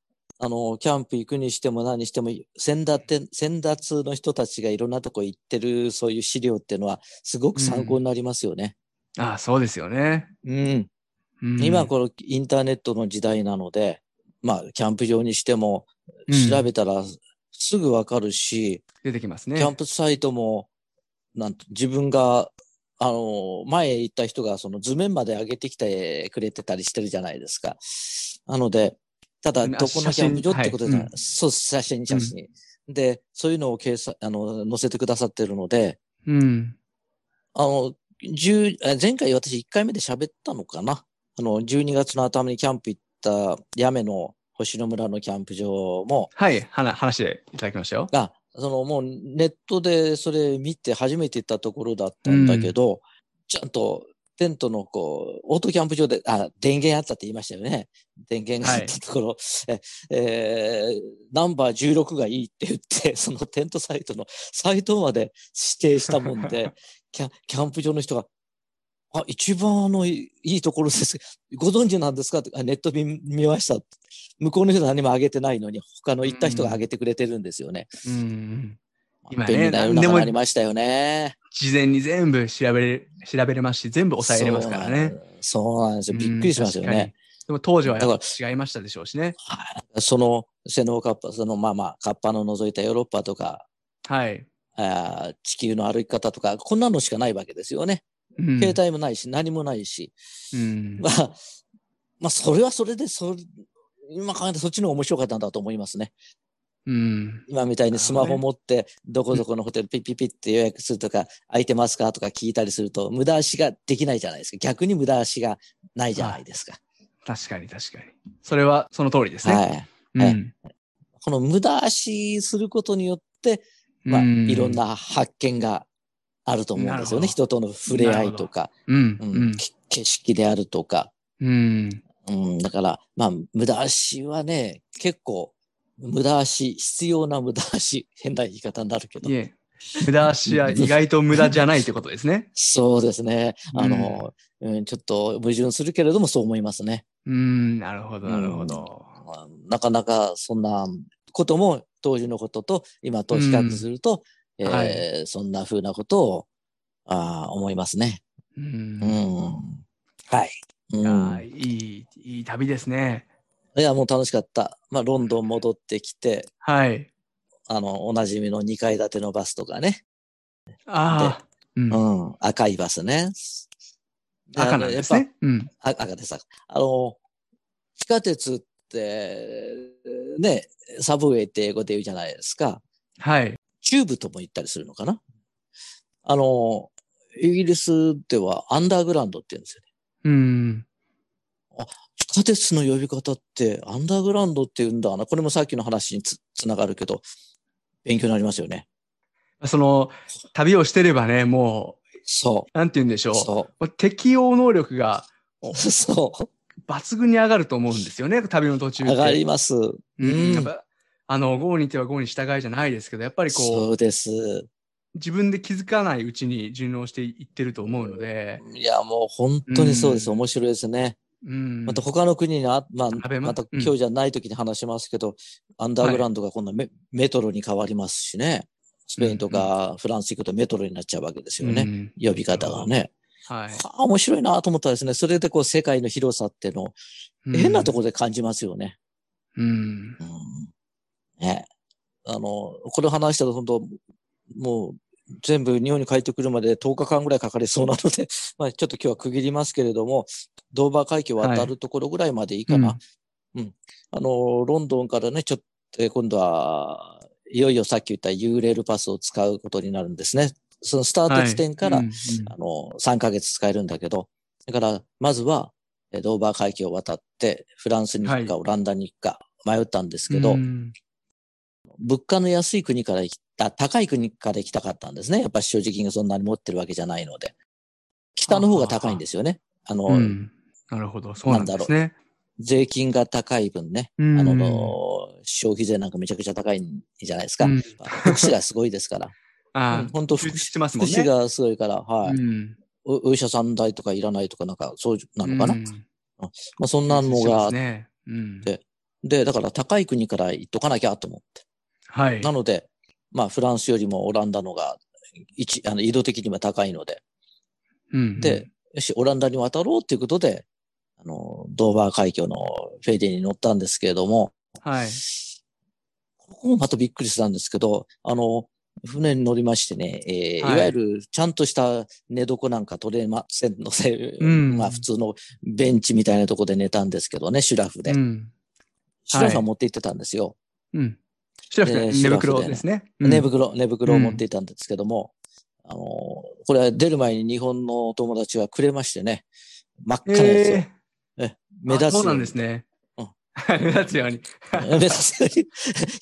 Speaker 2: あの、キャンプ行くにしても何にしても、先達、先達の人たちがいろんなとこ行ってる、そういう資料っていうのは、すごく参考になりますよね。
Speaker 1: ああ、そうですよね。
Speaker 2: うん
Speaker 1: うん
Speaker 2: 今このインターネットの時代なので、まあ、キャンプ場にしても、
Speaker 1: うん
Speaker 2: 調べたらすぐわかるし、
Speaker 1: 出てきますね。
Speaker 2: キャンプサイトも、なんと自分が、あの、前行った人がその図面まで上げてきてくれてたりしてるじゃないですか。なので、ただ、
Speaker 1: あ
Speaker 2: どこのキャンプ場ってことじゃな
Speaker 1: 写真はい
Speaker 2: い。
Speaker 1: うん
Speaker 2: そう、写真、写真。で、そういうのを掲載、あの、載せてくださってるので、
Speaker 1: うん。
Speaker 2: あの、10あ前回私1回目で喋ったのかな。あの、12月の頭にキャンプ行った、屋根の星野村のキャンプ場も、
Speaker 1: はい、はな話でいただきましたよ。
Speaker 2: が、そのもうネットでそれ見て初めて行ったところだったんだけど、ちゃんとテントのこう、オートキャンプ場で、あ、電源あったって言いましたよね。電源があったところ、え、えーナンバー16がいいって言って、 そのテントサイトのサイトまで指定したもんで、キャキャンプ場の人が、あ、一番あの、いいいところです。ご存知なんですかって、あネット見見ました。向こうの人何も上げてないのに、他の行った人が上げてくれてるんですよね。
Speaker 1: うん。今ね
Speaker 2: 便利な世の
Speaker 1: 何でも
Speaker 2: 中になりましたよね。
Speaker 1: 事前に全部調べれ、調べれますし、全部抑えれますからね。
Speaker 2: そうなんですよ。びっくりしますよ
Speaker 1: うん。確
Speaker 2: ね
Speaker 1: か。にでも当時はやっ
Speaker 2: だ
Speaker 1: ぱ違いましたでしょうしね。
Speaker 2: その、セノーカッパ、そのまあまあ、カッパの除いたヨーロッパとか、
Speaker 1: はい。
Speaker 2: あー地球の歩き方とか、こんなのしかないわけですよね。
Speaker 1: うん
Speaker 2: 携帯もないし、何もないし。
Speaker 1: うん
Speaker 2: まあ、まあ、それはそれで、そ今考えてそっちの方が面白かったんだと思いますね。
Speaker 1: うん。
Speaker 2: 今みたいにスマホ持って、どこどこのホテルピッピッピッって予約するとか、空いてますかとか聞いたりすると、無駄足ができないじゃないですか。逆に無駄足がないじゃないですか。
Speaker 1: 確かに確かに。それはその通りですね。
Speaker 2: はい。
Speaker 1: うん
Speaker 2: はいこの無駄足することによって、まあ、
Speaker 1: うん
Speaker 2: いろんな発見があると思うんです
Speaker 1: な
Speaker 2: よ
Speaker 1: るほど
Speaker 2: ね。人との触れ合いとか、
Speaker 1: うん。う
Speaker 2: うん
Speaker 1: ん。
Speaker 2: き景色であるとか。
Speaker 1: うん。
Speaker 2: うん、だから、まあ、無駄足はね、結構、無駄足、必要な無駄足、変な言い方になるけど
Speaker 1: い。え、無駄足は意外と無駄じゃないってことですね。
Speaker 2: そうですね。あの、うん、ちょっと矛盾するけれども、そう思いますね。
Speaker 1: うーん、なるほど、なるほど。
Speaker 2: まあなかなかそんなことも当時のことと今と比較すると、
Speaker 1: うん
Speaker 2: えー
Speaker 1: は
Speaker 2: そんな風なことをあー思いますね。
Speaker 1: う。
Speaker 2: うんん。はい。うん
Speaker 1: いやーいい、いい旅ですね。
Speaker 2: いや、もう楽しかった。まあ、ロンドン戻ってきて、
Speaker 1: はい。
Speaker 2: あの、おなじみの2階建てのバスとかね。
Speaker 1: ああ。うん
Speaker 2: うん。赤いバスね。
Speaker 1: 赤なんです
Speaker 2: やっ
Speaker 1: ね。うん。
Speaker 2: ぱ。あ赤です。あの、地下鉄って、ね、サブウェイって英語で言うじゃないですか。
Speaker 1: はい。
Speaker 2: チューブとも言ったりするのかなあの、イギリスではアンダーグラウンドって言うんですよね。
Speaker 1: うん。
Speaker 2: 地下鉄の呼び方ってアンダーグラウンドって言うんだな。これもさっきの話につつながるけど、勉強になりますよね。
Speaker 1: その、旅をしてればね、も、
Speaker 2: そう
Speaker 1: なんて言うんでしょ
Speaker 2: う。
Speaker 1: う。
Speaker 2: そ
Speaker 1: もう適応能力が
Speaker 2: う。 そ
Speaker 1: 抜群に上がると思うんですよね、旅の途中
Speaker 2: う。
Speaker 1: って。
Speaker 2: 上がります。
Speaker 1: う
Speaker 2: うん
Speaker 1: ん。やっぱ、あの、郷に行っては郷に従いじゃないですけど、やっぱりこ、
Speaker 2: そううです。
Speaker 1: 自分で気づかないうちに順応していってると思うので、
Speaker 2: いや、もう本当にそうです。
Speaker 1: うん
Speaker 2: 面白いですね。
Speaker 1: うん
Speaker 2: また他の国にあ、まあ、
Speaker 1: アベマ
Speaker 2: また
Speaker 1: うん
Speaker 2: 今日じゃない時に話しますけど、アンダーグラウンドが今度メ,、メトロに変わりますしね。スペインとかフランス行くとメトロになっちゃうわけですよね。
Speaker 1: うん
Speaker 2: 呼び方がね。
Speaker 1: はい
Speaker 2: ああ、面白いなと思ったですね。それでこう世界の広さっていうのを
Speaker 1: うん
Speaker 2: 変なところで感じますよね。
Speaker 1: うん
Speaker 2: うんね。あの、これ話したら本当、もう、全部日本に帰ってくるまで10日間ぐらいかかりそうなので、 まあちょっと今日は区切りますけれども、ドーバー海峡渡るところぐらいまでいいかな。
Speaker 1: うん
Speaker 2: あの、ロンドンからね、ちょっと、えー今度は、いよいよさっき言った U レールパスを使うことになるんですね。そのスタート地点から、
Speaker 1: はいうん
Speaker 2: あの、3ヶ月使えるんだけど、だから、まずは、えードーバー海峡を渡って、フランスに行くか、
Speaker 1: は
Speaker 2: オランダに行くか、迷ったんです
Speaker 1: う
Speaker 2: け
Speaker 1: ん
Speaker 2: ど、
Speaker 1: うん
Speaker 2: 物価の安い国から行きた、高い国から行きたかったんですね。やっぱ所持金がそんなに持ってるわけじゃないので。北の方が高いんですよね。あの、
Speaker 1: うんなるほど、そうなんですね。
Speaker 2: 税金が高い分ね。
Speaker 1: あ
Speaker 2: あの、消費税なんかめちゃくちゃ高いんじゃないですか。
Speaker 1: うん
Speaker 2: まあ福祉がすごいで すから。
Speaker 1: あ
Speaker 2: うん本当、
Speaker 1: 充実
Speaker 2: 福祉
Speaker 1: してます
Speaker 2: 福
Speaker 1: もんね。
Speaker 2: 祉がすごいから、はい、
Speaker 1: うん
Speaker 2: お。お医者さん代とかいらないとか、なんか、そうなのかな。
Speaker 1: うん
Speaker 2: まあ、そんなのが、
Speaker 1: ねうん
Speaker 2: でで、だから高い国から行っとかなきゃと思って。
Speaker 1: はい。
Speaker 2: なので、まあ、フランスよりもオランダのが、一、あの、移動的にも高いので、
Speaker 1: うん
Speaker 2: で、よし、オランダに渡ろうということで、あの、ドーバー海峡のフェリーに乗ったんですけれども、
Speaker 1: はい。
Speaker 2: ここもまたびっくりしたんですけど、あの、船に乗りましてね、えー
Speaker 1: はい
Speaker 2: い、わゆるちゃんとした寝床なんか取れませんので、
Speaker 1: うん
Speaker 2: まあ普通のベンチみたいなとこで寝たんですけどね、シュラフで。
Speaker 1: うん。
Speaker 2: シュラフは持って行ってたんですよ。
Speaker 1: うん。シラフ
Speaker 2: で
Speaker 1: 寝袋ですね。うん
Speaker 2: 寝。袋、寝袋を持っていたんですけども、あの、これは出る前に日本のお友達がくれましてね、真っ赤なやつを、
Speaker 1: えー
Speaker 2: 目立つ
Speaker 1: あそう
Speaker 2: よう
Speaker 1: な
Speaker 2: に
Speaker 1: んですね
Speaker 2: うん
Speaker 1: 目立つように。
Speaker 2: 目指すように、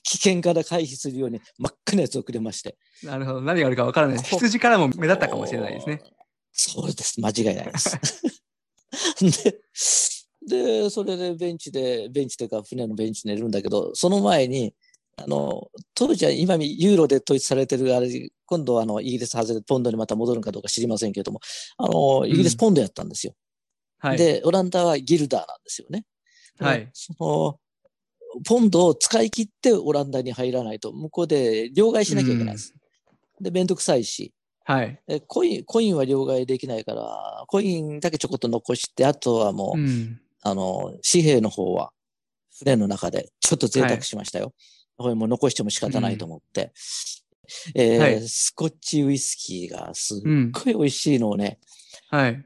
Speaker 2: 危険から回避するように真っ赤なやつをくれまして。
Speaker 1: なるほど。何があるかわからない。
Speaker 2: ここ
Speaker 1: 羊からも目立ったかもしれないですね。
Speaker 2: そうです。間違いないです。で、で、それでベンチで、ベンチというか船のベンチに寝るんだけど、その前に、あの、当時は今ユーロで統一されてるあれ、今度はあの、イギリス外れてポンドにまた戻るのかどうか知りませんけれども、あの、イギリスポンドやったんですよ。
Speaker 1: はい。
Speaker 2: で、オランダはギルダーなんですよね。
Speaker 1: はい。
Speaker 2: その、ポンドを使い切ってオランダに入らないと、向こうで両替しなきゃいけないです。で、めんどくさいし、
Speaker 1: はい。
Speaker 2: えコイン、コインは両替できないから、コインだけちょこっと残して、あとはもう、
Speaker 1: うん。
Speaker 2: あの、紙幣の方は、船の中でちょっと贅沢しましたよ。これもう残しても仕方ないと思って。えー
Speaker 1: はい
Speaker 2: スコッチウイスキーがすっ
Speaker 1: うん。
Speaker 2: ごい美味しいのをね、
Speaker 1: はい。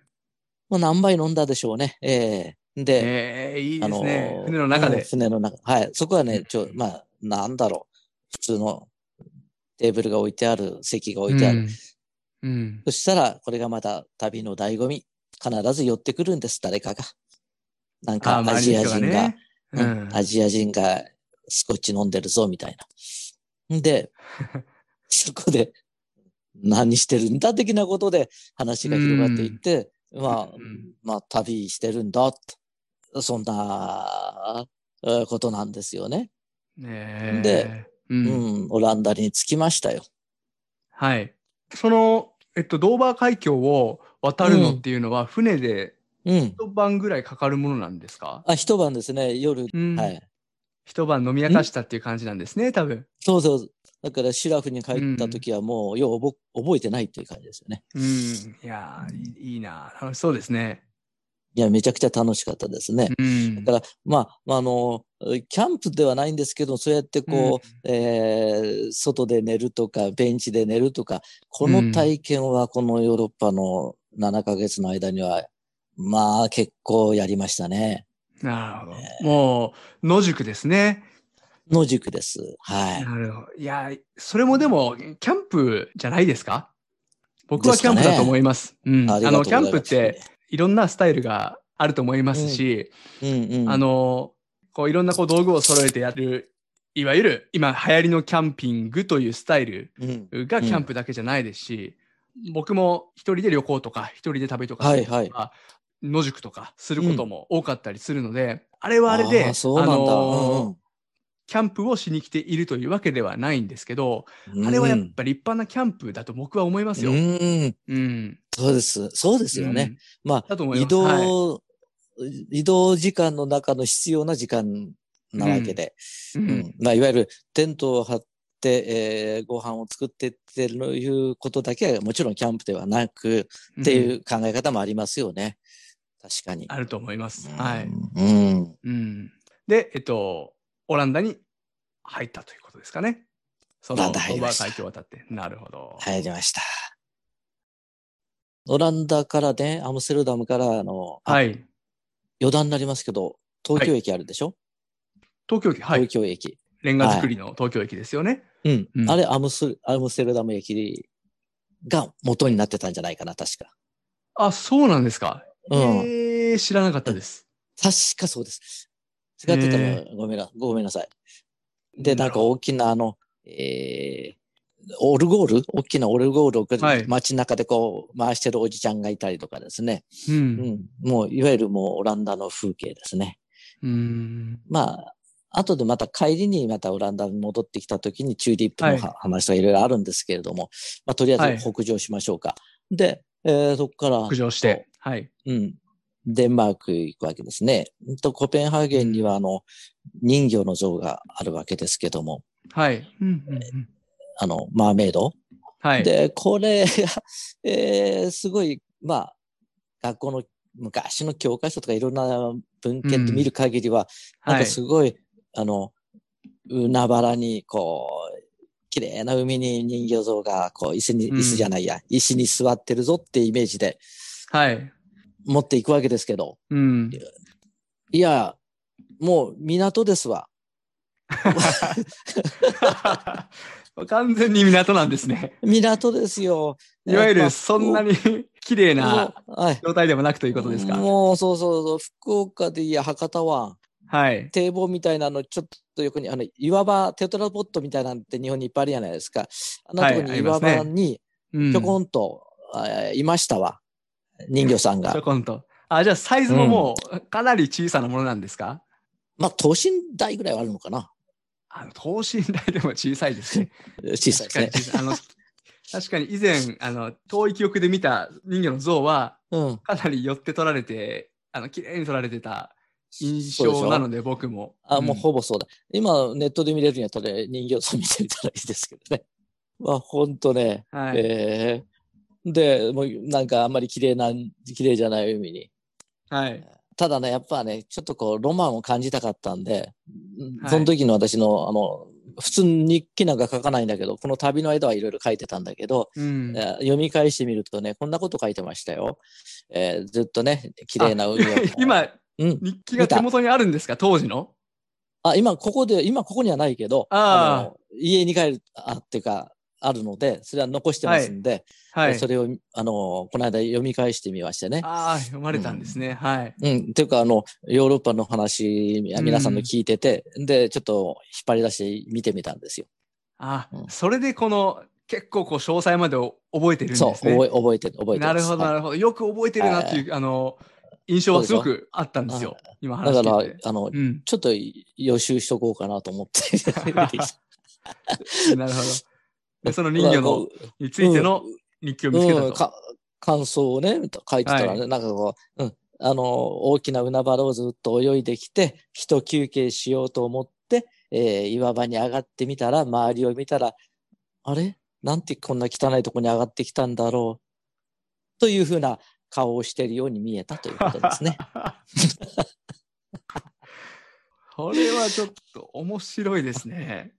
Speaker 2: もう何杯飲んだでしょうね。えーで、
Speaker 1: ええ、いい
Speaker 2: あ
Speaker 1: です
Speaker 2: の
Speaker 1: ね。船の中
Speaker 2: うん
Speaker 1: で。
Speaker 2: 船の中。はい。そこは
Speaker 1: う
Speaker 2: ね
Speaker 1: ん、
Speaker 2: ちょ、まあ、なんだろう。普通のテーブルが置いてある、席が置いてある。
Speaker 1: うん。うん。
Speaker 2: そしたら、これがまた旅の醍醐味。必ず寄ってくるんです、誰かが。なんか、
Speaker 1: あー
Speaker 2: アジア
Speaker 1: 周り
Speaker 2: 人
Speaker 1: の人
Speaker 2: が、
Speaker 1: が
Speaker 2: う
Speaker 1: ね。
Speaker 2: んアジア人がスコッチ飲んでるぞ、みたいな。ん で、そこで、何してるんだ的なことで話が広がっていって、まあ
Speaker 1: う、ん
Speaker 2: まあ、旅してるんだ、とそんな、えーことなんですよね。
Speaker 1: ねえ
Speaker 2: で、
Speaker 1: う。
Speaker 2: うんん、オランダに着きましたよ。
Speaker 1: はい。その、えっと、ドーバー海峡を渡るのっていうのは、船で
Speaker 2: うん。
Speaker 1: 一晩ぐらいかかるものなんですか
Speaker 2: あ、一晩ですね、夜、
Speaker 1: うん
Speaker 2: はい。
Speaker 1: 一晩飲み明かしたっていう感じなんですね、多分。
Speaker 2: そうそう。だから、シュラフに帰った時はもう、よう覚覚えてないっていう感じですよね。
Speaker 1: うん。いやー、いいいいな。楽しそうですね。
Speaker 2: いや、めちゃくちゃ楽しかったですね。
Speaker 1: うん。
Speaker 2: だから、まあ、まああの、キャンプではないんですけど、そうやってこう、えー外で寝るとか、ベンチで寝るとか、この体験はこのヨーロッパの7ヶ月の間には、まあ、結構やりましたね。
Speaker 1: なるほど。もう、野宿ですね。
Speaker 2: 野宿です。はい。
Speaker 1: なるほど。いやー、それもでも、キャンプじゃないですか僕は
Speaker 2: です
Speaker 1: キャ
Speaker 2: か
Speaker 1: ン
Speaker 2: ね
Speaker 1: プだと思います。うん。
Speaker 2: あ
Speaker 1: あ
Speaker 2: りがと
Speaker 1: の、
Speaker 2: うご
Speaker 1: キ
Speaker 2: ざ
Speaker 1: ャ
Speaker 2: いま
Speaker 1: ン
Speaker 2: す
Speaker 1: プって、いろんなスタイルがあると思いますし、
Speaker 2: うんうん。
Speaker 1: あの、こういろんなこう道具を揃えてやる、いわゆる今流行りのキャンピングというスタイル
Speaker 2: うん、
Speaker 1: がキャンプだけじゃないですし、僕も一人で旅行とか、一人で旅とか、
Speaker 2: はいはい。
Speaker 1: 野宿とかすることも多かったりするので、あれはあれで、
Speaker 2: あーそうなんだ。
Speaker 1: のキャンプをしに来ているというわけではないんですけど、
Speaker 2: うんうん、
Speaker 1: あれはやっぱ立派なキャンプだと僕は思いますよ。
Speaker 2: う
Speaker 1: うん。
Speaker 2: ん。そうです。そうで
Speaker 1: です
Speaker 2: よね。。まあ、
Speaker 1: だと思います。
Speaker 2: 移
Speaker 1: はい
Speaker 2: 動、移動時間の中の必要な時間なわけで、
Speaker 1: う
Speaker 2: うん
Speaker 1: ん。
Speaker 2: まあ、いわゆるテントを張って、えーご飯を作ってっていうことだけはもちろんキャンプではなくって
Speaker 1: うん。
Speaker 2: いう考え方もありますよね。確かに。
Speaker 1: あると思います。はい。
Speaker 2: うん。うん
Speaker 1: うん。で、えっと、オランダに入ったということですかね。そ
Speaker 2: オラ
Speaker 1: の、
Speaker 2: ンダ入
Speaker 1: ド
Speaker 2: り
Speaker 1: バ
Speaker 2: ま
Speaker 1: ー
Speaker 2: した
Speaker 1: 海峡を渡って。なるほど。
Speaker 2: 入りました。オランダからね、アムステルダムから、あの、あ
Speaker 1: はい。
Speaker 2: 余談になりますけど、東京駅あるでしょ、
Speaker 1: 東京駅、はい。
Speaker 2: 東京駅。
Speaker 1: レンガ作りの東京駅ですよね。
Speaker 2: うん。
Speaker 1: うん
Speaker 2: あれアムス、アムステルダム駅が元になってたんじゃないかな、確か。
Speaker 1: あ、そうなんですか。
Speaker 2: うん。
Speaker 1: えー、知らなかったです。
Speaker 2: 確かそうです。違ってた
Speaker 1: へ
Speaker 2: らごめんな、ごめんなさい。で、なん
Speaker 1: る
Speaker 2: か
Speaker 1: ほ
Speaker 2: 大きなあの、えー、オルゴール大きなオルゴールをこう
Speaker 1: はい
Speaker 2: 街中でこう回してるおじちゃんがいたりとかですね。
Speaker 1: どうん。
Speaker 2: うん。もう、いわゆるもうオランダの風景ですね。
Speaker 1: うん。
Speaker 2: まあ、後でまた帰りにまたオランダに戻ってきた時にチューリップ
Speaker 1: は
Speaker 2: の
Speaker 1: い
Speaker 2: は話とかいろいろあるんですけれども、まあ、とりあえず北上しましょうか。で、えーそこから、
Speaker 1: 北上して。はい。
Speaker 2: うん、デンマーク行くわけですね。うんと、コペンハーゲンにはあの、人魚の像があるわけですけども、
Speaker 1: はい。うんうんうん
Speaker 2: あの、マーメイド。
Speaker 1: はい。
Speaker 2: で、これが、えーすごい、まあ、学校の昔の教科書とかいろんな文献で見る限りは、なん
Speaker 1: は
Speaker 2: か
Speaker 1: い。
Speaker 2: すごい、あの、海原に、こう、綺麗な海に人形像が、こう、椅子に、
Speaker 1: うん
Speaker 2: 椅子じゃないや、石に座ってるぞってイメージで
Speaker 1: はい。
Speaker 2: 持っていくわけですけど、
Speaker 1: うん。
Speaker 2: いや、もう港です わ。
Speaker 1: 完全に港なんですね。
Speaker 2: 港ですよ。
Speaker 1: いわゆ
Speaker 2: やっ
Speaker 1: る
Speaker 2: ぱ
Speaker 1: そんなに綺麗な
Speaker 2: もうはい。
Speaker 1: 状態でもなくということですか。
Speaker 2: もう、そうそうそう、福岡でいや、博多湾、
Speaker 1: はい。
Speaker 2: 堤防みたいなの、ちょっと横に、あの、岩場、テトラポットみたいなんて日本にいっぱいあるじゃないですか。あのと
Speaker 1: は
Speaker 2: こ
Speaker 1: い
Speaker 2: に
Speaker 1: ありま
Speaker 2: 岩
Speaker 1: すね
Speaker 2: 場に、
Speaker 1: うん
Speaker 2: ちょこんと、えーいましたわ。人魚さん
Speaker 1: ちょ
Speaker 2: が。
Speaker 1: こんと。あ、じゃあサイズももうかなり小さなものなんですか、
Speaker 2: まあ、等身大ぐらいはあるのかな。
Speaker 1: あの等身大でも小さいですね。
Speaker 2: 小さいですね
Speaker 1: 確か。に小さいあの 確かに以前あの遠い記憶で見た人魚の像は
Speaker 2: うん。
Speaker 1: かなり寄って撮られてあの綺麗に撮られてた印
Speaker 2: そうでし
Speaker 1: 象
Speaker 2: ょ
Speaker 1: なので僕も。
Speaker 2: あ、もううんほぼそうだ。今、ネットで見れるんやったら、人形さん見てみたらいいですけどね。 まあ、ほんとね。
Speaker 1: はい、
Speaker 2: えーで、もうなんかあんまり綺麗な、綺麗じゃない海に。
Speaker 1: はい。
Speaker 2: ただね、やっぱね、ちょっとこう、ロマンを感じたかったんで、うん
Speaker 1: はい
Speaker 2: その時の私の、あの、普通に日記なんか書かないんだけど、この旅の間はいろいろ書いてたんだけど、
Speaker 1: うん
Speaker 2: えー読み返してみるとね、こんなこと書いてましたよ。えーずっとね、綺麗な海を。
Speaker 1: 今、
Speaker 2: うん
Speaker 1: 日記が手元にあるんですか当時の
Speaker 2: あ、今ここで、今ここにはないけど、
Speaker 1: あー
Speaker 2: の家に帰る、あ、っていうか、あるので、それは残してますんで、
Speaker 1: はい。
Speaker 2: それを、あの、この間読み返してみましてね。
Speaker 1: ああ、読まれたんですね。はい。
Speaker 2: うん、というか、あの、ヨーロッパの話、
Speaker 1: うん
Speaker 2: 皆さんの聞いてて、で、ちょっと引っ張り出して見てみたんですよ。
Speaker 1: ああ、
Speaker 2: うん
Speaker 1: それでこの結構こう詳細までお覚えてるんです
Speaker 2: そう、
Speaker 1: ね。
Speaker 2: 覚え、覚えてる、覚えてる。
Speaker 1: なるほど、
Speaker 2: は
Speaker 1: ないるほど。よく覚えてるなっていう、あの、印象はすごくあったんですよ。今話
Speaker 2: だか
Speaker 1: 聞い
Speaker 2: ら
Speaker 1: て。、
Speaker 2: あの、
Speaker 1: うん。
Speaker 2: ちょっと予習しとこうかなと 思って。
Speaker 1: なるほど。でその人魚の
Speaker 2: こう
Speaker 1: についての日記を見つけた
Speaker 2: うん、
Speaker 1: と。
Speaker 2: か感想をね、書いてたらね、なんかこう、うん、あの、大きな海原をずっと泳いできて、一休憩しようと思って、えー岩場に上がってみたら、周りを見たら、あれなんてこんな汚いとこに上がってきたんだろう。というふうな顔をしているように見えたということで すね。
Speaker 1: これはちょっと面白いですね。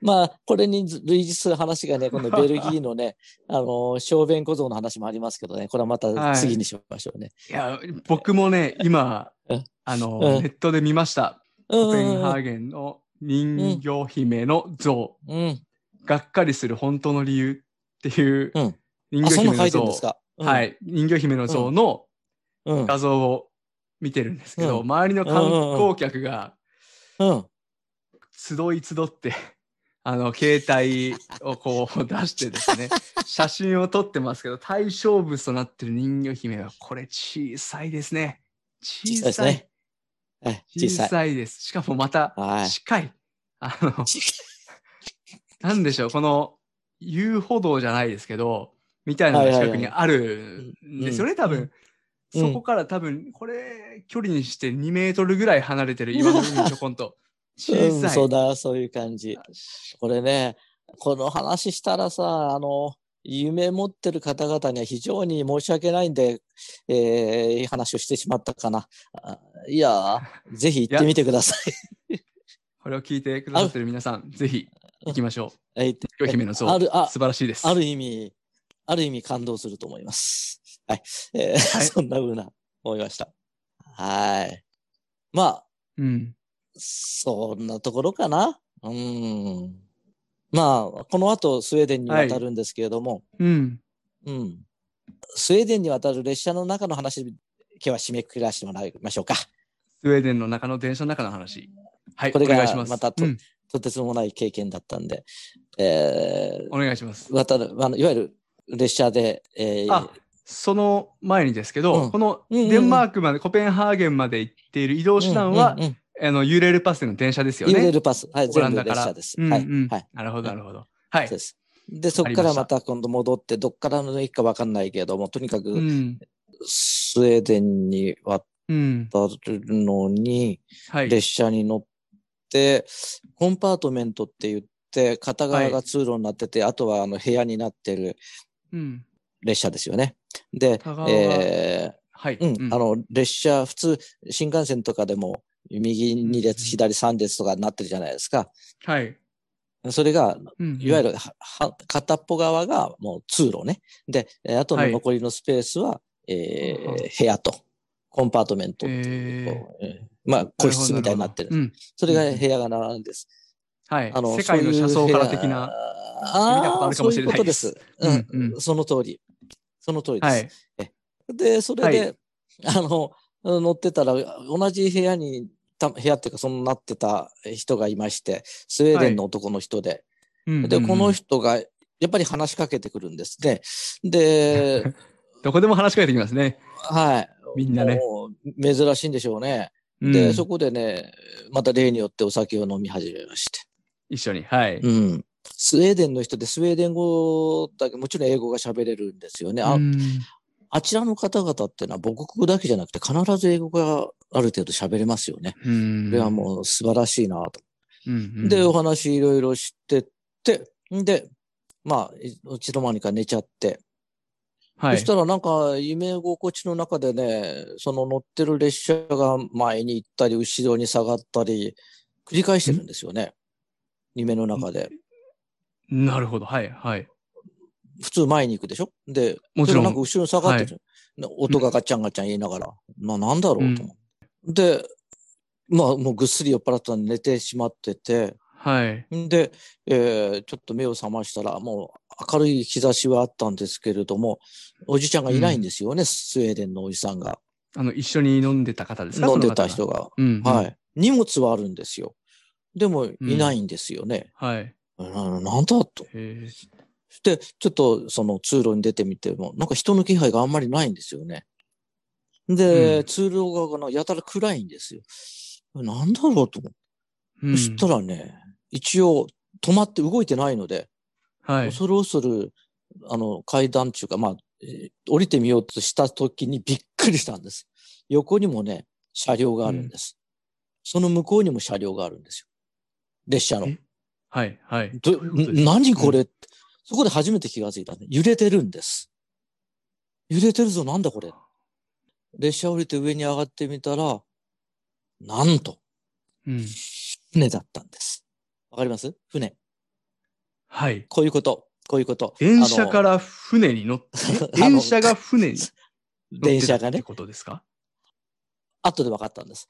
Speaker 2: まあ、これに類似する話がね、このベルギーのね、 あの、小便小僧の話もありますけどね、これはまた次にしましょうね。
Speaker 1: いや、僕もね、今
Speaker 2: うん、
Speaker 1: あの、
Speaker 2: うん
Speaker 1: ネットで見ました。コペンハーゲンの人魚姫の像、
Speaker 2: うん。うん。
Speaker 1: がっかりする本当の理由っていう
Speaker 2: うん
Speaker 1: 人
Speaker 2: あ、
Speaker 1: 魚
Speaker 2: そん
Speaker 1: 姫
Speaker 2: なの書
Speaker 1: の
Speaker 2: いて
Speaker 1: 像、
Speaker 2: るんですか、うん
Speaker 1: はい、人魚姫の像の
Speaker 2: うん。
Speaker 1: 画像を見てるんですけど、
Speaker 2: うん
Speaker 1: 周りの観光客が
Speaker 2: うん。
Speaker 1: 集い集って、 あの、携帯をこう出してです ね、写真を撮ってますけど、対象物となってる人魚姫はこれ小さいですね。小
Speaker 2: 小さいです
Speaker 1: さい
Speaker 2: ね。。はい
Speaker 1: 小
Speaker 2: 小さい。
Speaker 1: さいです。しかもまた、
Speaker 2: はい。
Speaker 1: 近い。あの、
Speaker 2: ち
Speaker 1: なんでしょう、この遊歩道じゃないですけど、みたいなのが近くにあるんですよね、
Speaker 2: うん
Speaker 1: 多
Speaker 2: う
Speaker 1: 分。
Speaker 2: うん
Speaker 1: そこから多分、これ、距離にして2メートルぐらい離れてる岩の海ちょこんと。小
Speaker 2: うん、
Speaker 1: さい。
Speaker 2: そうだ、そういう感じ。これね、この話したらさ、あの、夢持ってる方々には非常に申し訳ないんで、えーいい話をしてしまったかな。あいやー、ぜひ行ってみてください。
Speaker 1: これを聞いてくださってる皆さん、ぜひ行きましょ
Speaker 2: 行って
Speaker 1: う。今日姫の像、
Speaker 2: あ
Speaker 1: 素
Speaker 2: る、あ、
Speaker 1: 晴らしいです。
Speaker 2: ある意味、ある意味感動すると思います。はい。えー
Speaker 1: い
Speaker 2: そんな風な思いました。はい。まあ、
Speaker 1: うん。
Speaker 2: そんなところかな。うん。まあ、この後スウェーデンに渡るんですけれども、
Speaker 1: うん。
Speaker 2: うん。スウェーデンに渡る列車の中の話、今日は締めくくらせてもらいましょうか。
Speaker 1: スウェーデンの中の電車の中の話。はい、
Speaker 2: これが
Speaker 1: お願いします。
Speaker 2: またと
Speaker 1: うん
Speaker 2: とてつもない経験だったんで、え
Speaker 1: お願いします
Speaker 2: ー、。渡る、あの、いわゆる列車で、えー
Speaker 1: あその前にですけど、
Speaker 2: うん
Speaker 1: この
Speaker 2: うんうんうん
Speaker 1: デンマークまで、コペンハーゲンまで行っている移動手段は、
Speaker 2: うんうんうん
Speaker 1: あのユーレールパスの電車ですよ
Speaker 2: ユーレ
Speaker 1: ね。
Speaker 2: ルパス。はい、
Speaker 1: オラン
Speaker 2: 全部
Speaker 1: ダか
Speaker 2: 列
Speaker 1: ら
Speaker 2: 車です。。
Speaker 1: うん
Speaker 2: はい。
Speaker 1: うん
Speaker 2: はい。
Speaker 1: なるほど、なるほど。は
Speaker 2: そうで
Speaker 1: い。
Speaker 2: す。で、そこか
Speaker 1: あ
Speaker 2: ら
Speaker 1: りま
Speaker 2: ま
Speaker 1: した
Speaker 2: た今度戻って、どっからの駅かわかんないけれども、とにか
Speaker 1: う
Speaker 2: く、
Speaker 1: ん。
Speaker 2: スウェーデンに渡
Speaker 1: うん。
Speaker 2: るのに、
Speaker 1: はい。
Speaker 2: 列車に乗って、コンパートメントって言って、片側
Speaker 1: は
Speaker 2: が通路になってて、あとはあの部屋になってる
Speaker 1: うん。
Speaker 2: 列車ですよね。で
Speaker 1: 片、側が
Speaker 2: え
Speaker 1: はい。
Speaker 2: ーうん、あの、列車、普通、新幹線とかでも、右2列、
Speaker 1: うん
Speaker 2: 左3列とかになってるじゃないですか。
Speaker 1: はい。
Speaker 2: それが、いわ
Speaker 1: る、
Speaker 2: ゆるは、は片っぽ側がもう通路ね。で、えーあと
Speaker 1: は
Speaker 2: の
Speaker 1: い
Speaker 2: 残りのスペースは、えー
Speaker 1: はは
Speaker 2: 部屋と、コンパートメントっていう、
Speaker 1: え
Speaker 2: こうえーまあ、個室みたいになってる。
Speaker 1: うん。
Speaker 2: それが部屋が並んです。
Speaker 1: はい。
Speaker 2: あの、
Speaker 1: 世界の車窓から的
Speaker 2: そういう部屋
Speaker 1: な。見たこ
Speaker 2: あ
Speaker 1: とあ
Speaker 2: あ、
Speaker 1: るか
Speaker 2: そ
Speaker 1: も
Speaker 2: う
Speaker 1: し
Speaker 2: い
Speaker 1: れ
Speaker 2: うこ
Speaker 1: ない
Speaker 2: とで
Speaker 1: ですす。
Speaker 2: うん、
Speaker 1: うんうん
Speaker 2: その通り。その通りです。
Speaker 1: はい。
Speaker 2: で、それで、
Speaker 1: は
Speaker 2: あの、乗ってたら、同じ部屋に、た部屋っていうか、そのなってた人がいまして、スウェーデンの男の人で、
Speaker 1: うん
Speaker 2: で、この、
Speaker 1: うん
Speaker 2: 人が、やっぱり話しかけてくるんですね。で、
Speaker 1: どこでも話しかけてきますね。
Speaker 2: はい。
Speaker 1: みんなね。
Speaker 2: もう珍しいんでしょうね。
Speaker 1: うん
Speaker 2: で、そこでね、また例によってお酒を飲み始めまして。
Speaker 1: 一緒に。はい。
Speaker 2: うん。スウェーデンの人で、スウェーデン語だけ、もちろん英語が喋れるんですよね。あ,、
Speaker 1: うん
Speaker 2: あちらの方々っていうのは母国語だけじゃなくて、必ず英語がある程度喋れますよね。
Speaker 1: うん
Speaker 2: これはもう素晴らしいなと。
Speaker 1: うんうん
Speaker 2: で、お話いろいろしてって、で、まあ、うちの間にか寝ちゃって、
Speaker 1: は
Speaker 2: そ
Speaker 1: い
Speaker 2: し。たらなんか夢心地の中でね、その乗ってる列車が前に行ったり、後ろに下がったり、繰り返してるんですよね。夢の中で。
Speaker 1: なるほど。はい。はい。
Speaker 2: 普通前に行くでしょで、
Speaker 1: もちろん
Speaker 2: それがなんか後ろに下がってる。音がガチャンガチャン言いながら、まあなんだろうと思って、で、まあもうぐっすり酔っ払ったんで寝てしまってて、
Speaker 1: はい。
Speaker 2: で、えーちょっと目を覚ましたら、もう明るい日差しはあったんですけれども、おじちゃんがいないんですよね、スウェーデンのおじさんが。
Speaker 1: あの、一緒に飲んでた方ですか
Speaker 2: 飲んで
Speaker 1: その
Speaker 2: た。人が。
Speaker 1: 方うん。。
Speaker 2: はいい。荷物はあるんですよ。でも、いないんですよね。
Speaker 1: はい。
Speaker 2: ななんだと。
Speaker 1: へ
Speaker 2: で、ちょっと、その通路に出てみても、なんか人の気配があんまりないんですよね。で、
Speaker 1: うん
Speaker 2: 通路側がなやたら暗いんですよ。なんだろうと思って。
Speaker 1: え。
Speaker 2: そしたらね、一応、止まって動いてないので、
Speaker 1: ら、はい。
Speaker 2: 恐る恐る、あの、階段っていうか、まあ、えー降りてみようとした時にびっくりしたんです。横にもね、車両があるんです。その向こうにも車両があるんですよ。列車の
Speaker 1: え。はい。はい。
Speaker 2: ど
Speaker 1: どういうことですか
Speaker 2: 何これ、そこで初めて気がついたね。揺れてるんです。揺れてるぞ、なんだこれ。列車降りて上に上がってみたら、なんと、
Speaker 1: うん。
Speaker 2: 船だったんです。わかります船。
Speaker 1: はい。
Speaker 2: こういうこと。こういうこと。、
Speaker 1: 電車からら船に乗って、
Speaker 2: あの
Speaker 1: 電車が 船に乗っ
Speaker 2: 電
Speaker 1: てた
Speaker 2: 車
Speaker 1: っ
Speaker 2: が
Speaker 1: て
Speaker 2: ね、
Speaker 1: ことですか
Speaker 2: 後で分かったんです。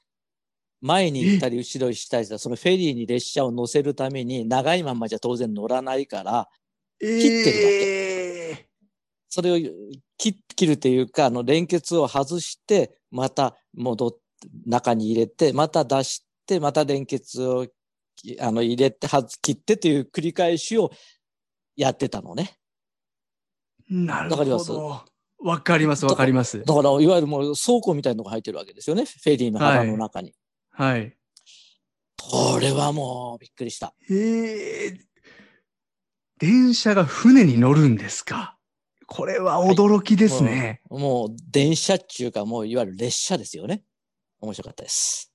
Speaker 2: 前に行ったり後ろにしたりした、そのフェリーに列車を乗せるために、長いまんまじゃ当然乗らないから、
Speaker 1: 切
Speaker 2: ってるわ
Speaker 1: え
Speaker 2: それを切切るというか、あの、連結を外して、また戻って、中に入れて、また出して、また連結を、きあの、入れて、はず切ってという繰り返しをやってたのね。
Speaker 1: ーなる
Speaker 2: わ
Speaker 1: ほ
Speaker 2: かります
Speaker 1: ど。わかります、わかります。
Speaker 2: だから、いわゆるもう倉庫みたいなのが入ってるわけですよね。フェリーの幅の中に。
Speaker 1: はい。
Speaker 2: これはもうびっくりした。
Speaker 1: ええ電車が船に乗るんですかこれは驚きですね。
Speaker 2: もう電車っていうか、もういわゆる列車ですよね。面白かったです。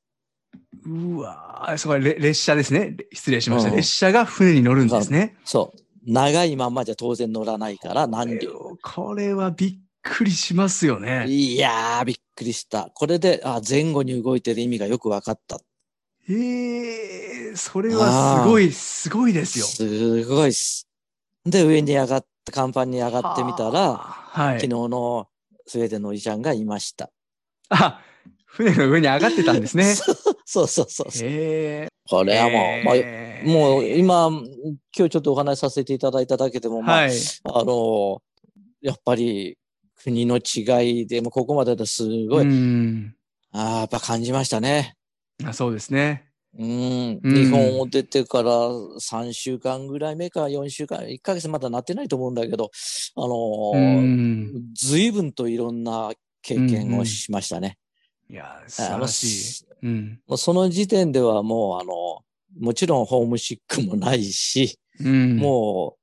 Speaker 1: うわーそこはれ列車ですね。れ失礼しました。
Speaker 2: うん
Speaker 1: 列車が船に乗るんですね。
Speaker 2: そう。長いまんまじゃ当然乗らないから、何
Speaker 1: え
Speaker 2: 両。
Speaker 1: ーこれはびっくりしますよね。
Speaker 2: いやー、びっくりした。これで、あ、前後に動いてる意味がよく分かった。
Speaker 1: えー、それはすごい、すごいですよ。
Speaker 2: すごいっす。で、上に上がって、甲板に上がってみた
Speaker 1: あ
Speaker 2: ら、
Speaker 1: は
Speaker 2: 昨日
Speaker 1: い。
Speaker 2: のスウェーデンのおじちゃんがい ました。
Speaker 1: あ、船の上に上がってたんですね。
Speaker 2: そうそうそうそう。
Speaker 1: へえ。
Speaker 2: これはもう、まあ
Speaker 1: えー
Speaker 2: もう今、今日ちょっとお話しさせていただいただけでも、まあ、
Speaker 1: はい。
Speaker 2: あの、やっぱり国の違いで、もうここまでですご
Speaker 1: う
Speaker 2: い、
Speaker 1: ん
Speaker 2: ああ、やっぱ感じましたね。
Speaker 1: あそうですね。
Speaker 2: うん。
Speaker 1: うん
Speaker 2: 日本を出てから3週間ぐらい目か4週間、1ヶ月まだなってないと思うんだけど、あの
Speaker 1: う
Speaker 2: ー、
Speaker 1: ん。
Speaker 2: 随分といろんな経験をしましたね。
Speaker 1: いや、素
Speaker 2: あ
Speaker 1: 晴
Speaker 2: の
Speaker 1: らしい。うん。
Speaker 2: もうその時点ではもう、あの、もちろんホームシックもないし、
Speaker 1: うん。
Speaker 2: も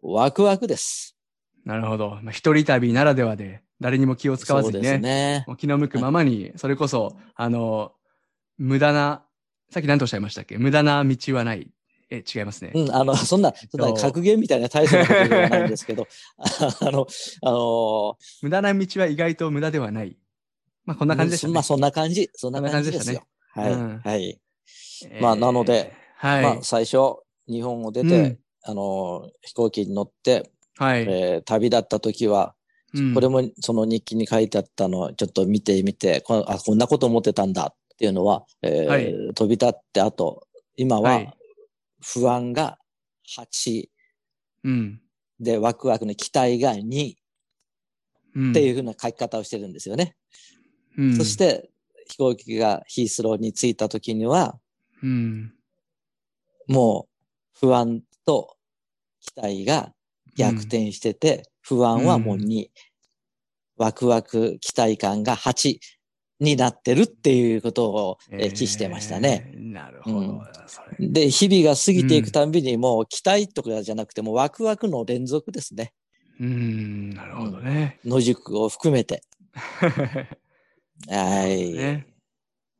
Speaker 2: う、ワクワクです。
Speaker 1: なるほど。まあ、一人旅ならではで、誰にも気を使わず
Speaker 2: そ
Speaker 1: に
Speaker 2: うです
Speaker 1: ね、
Speaker 2: ね。
Speaker 1: もう気の向くままに、それこそ、あの、無駄な、さっき何とおっしゃいましたっけ無駄な道はない。え、違いますね。
Speaker 2: うん、あの、そんな、そんな格言みたいな大層なことではないんで すけど、あの、あの、
Speaker 1: 無駄な道は意外と無駄ではない。まあ、こんな感じでしたね。
Speaker 2: まあ、そんな感じ、そんな感じで
Speaker 1: そ
Speaker 2: す
Speaker 1: んな
Speaker 2: よ
Speaker 1: 感。
Speaker 2: はい、
Speaker 1: うん
Speaker 2: はい。
Speaker 1: えー
Speaker 2: まあなので、
Speaker 1: はい。
Speaker 2: まあ、最初、日本を出て、
Speaker 1: うん
Speaker 2: あの、飛行機に乗って、
Speaker 1: はい。
Speaker 2: えー旅立った時は、
Speaker 1: うん
Speaker 2: これもその日記に書いてあったのをちょっと見てみて、こあこんなこと思ってたんだっていうのは、えー
Speaker 1: はい
Speaker 2: 飛び立って後、今
Speaker 1: は
Speaker 2: はい不安が8
Speaker 1: うん。
Speaker 2: で、ワクワクの期待が2、
Speaker 1: うん。
Speaker 2: っていうふうな書き方をしてるんですよね。
Speaker 1: うん
Speaker 2: そし、て、飛行機がヒースローに着いた時には、
Speaker 1: うん。
Speaker 2: もう不安と期待が逆転してて、不安はもう2、ワクワク期待感が8になってるっていうことを、えー、記してましたね。
Speaker 1: えー。なるほど。
Speaker 2: うん
Speaker 1: それ
Speaker 2: で、日々が過ぎていくたんびに、もう期待とかじゃなくて、もうワクワクの連続ですね。
Speaker 1: うん。なるほどね。
Speaker 2: 野宿を含めて。 はい。
Speaker 1: ね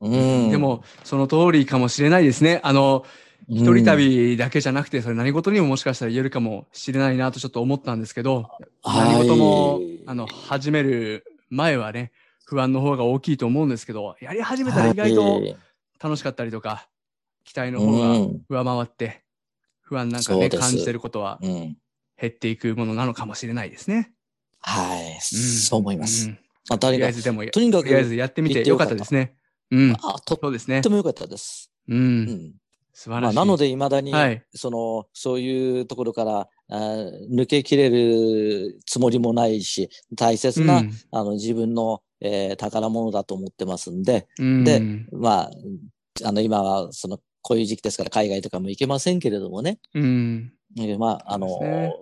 Speaker 2: うん。
Speaker 1: で、も、その通りかもしれないですね。あの、一人、旅だけじゃなくて、それ何事にももしかしたら言えるかもしれないなとちょっと思ったんですけど、何事も、あの、始める前はね、不安の方が大きいと思うんですけど、やり始めたら意外と楽しかったりとか、期待の方が
Speaker 2: うん
Speaker 1: 上回って、不安なんか
Speaker 2: そ
Speaker 1: ね、
Speaker 2: うです
Speaker 1: 感じてることは
Speaker 2: うん。
Speaker 1: 減っていくものなのかもしれないですね。
Speaker 2: は
Speaker 1: う
Speaker 2: い。
Speaker 1: ん
Speaker 2: そう思います。
Speaker 1: うん
Speaker 2: まあ、
Speaker 1: と
Speaker 2: 誰
Speaker 1: りあ
Speaker 2: が
Speaker 1: え、ずでも、
Speaker 2: とにか
Speaker 1: と
Speaker 2: く
Speaker 1: りあえずやってみてよかったですね。うん。
Speaker 2: あ、とっ
Speaker 1: そうですね
Speaker 2: て。も良かったです。
Speaker 1: う。
Speaker 2: うんん。
Speaker 1: 素晴
Speaker 2: ま
Speaker 1: ら
Speaker 2: あ、
Speaker 1: しい。
Speaker 2: なので、未だに、
Speaker 1: はい。
Speaker 2: その、そういうところから、あー抜けきれるつもりもないし、大切な、
Speaker 1: うん
Speaker 2: あの、自分の、えー宝物だと思ってますんで、
Speaker 1: うん
Speaker 2: でまあ、あの、今は、その、こういう時期ですから、海外とかも行けませんけれどもね、
Speaker 1: うん。
Speaker 2: えーまあ、あの、
Speaker 1: そうですね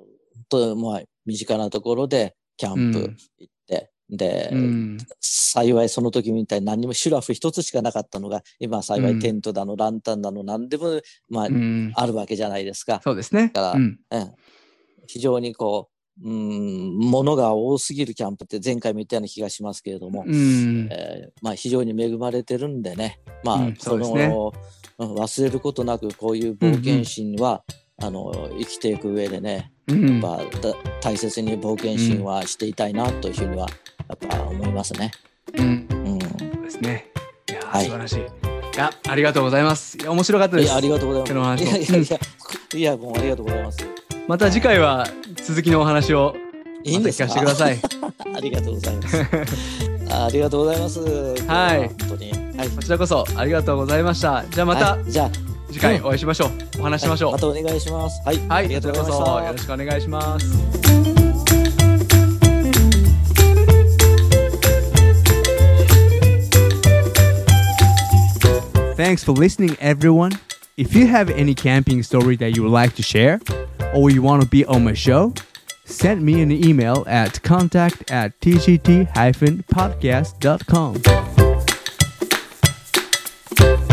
Speaker 2: と、まあ、身近なところで、キャンプ行って、で、
Speaker 1: うん。
Speaker 2: 幸いその時みたいに何にもシュラフ一つしかなかったのが、今幸
Speaker 1: うん
Speaker 2: いテントだの、ランタンだの、何でも、まあ、
Speaker 1: うん。
Speaker 2: あるわけじゃないですか。
Speaker 1: そうですね。
Speaker 2: だか
Speaker 1: う
Speaker 2: ら
Speaker 1: ん。
Speaker 2: うん、非常にこう、うん、物が多すぎるキャンプって前回も言ったような気がしますけれども、
Speaker 1: うん。
Speaker 2: えーまあ非常に恵まれてるんでね、まあ、
Speaker 1: うんそ
Speaker 2: そう
Speaker 1: です
Speaker 2: の、
Speaker 1: ね
Speaker 2: うん忘れることなくこういう冒険心は、あの、生きていく上でね、
Speaker 1: うん。
Speaker 2: まあ、だ大切に冒険心はしていたいなというふうには、やっぱ思いますね。
Speaker 1: うん
Speaker 2: うん
Speaker 1: そうですね。いやー、
Speaker 2: はい
Speaker 1: 素晴らしい。いや、ありがとうございます。いや、面白かったで
Speaker 2: い
Speaker 1: す
Speaker 2: や、あ。りがとうございます。い
Speaker 1: 手の
Speaker 2: や
Speaker 1: 話
Speaker 2: い
Speaker 1: と
Speaker 2: やいや、いや、もうありがとうございます。
Speaker 1: また次回は続きのお話を
Speaker 2: いいん
Speaker 1: また
Speaker 2: で
Speaker 1: 聞
Speaker 2: す
Speaker 1: かせて
Speaker 2: か
Speaker 1: ください。
Speaker 2: ありがとうござ います。あありがとうございます。
Speaker 1: はい
Speaker 2: 本当に。はい。
Speaker 1: こちらこそありがとうございました。じゃあまた
Speaker 2: はいじゃあ、
Speaker 1: 次回お会いしましょう。お話ししましょう
Speaker 2: はい。またお願いします。はい。
Speaker 1: はい、
Speaker 2: あり
Speaker 1: こ
Speaker 2: が
Speaker 1: ち
Speaker 2: とう
Speaker 1: ら
Speaker 2: ござ
Speaker 1: こ
Speaker 2: いま
Speaker 1: そ
Speaker 2: した
Speaker 1: よろしくお願いします。Thanks for listening, everyone. If you have any camping story that you would like to share, or you want to be on my show, send me an email at contact at tgt-podcast.com.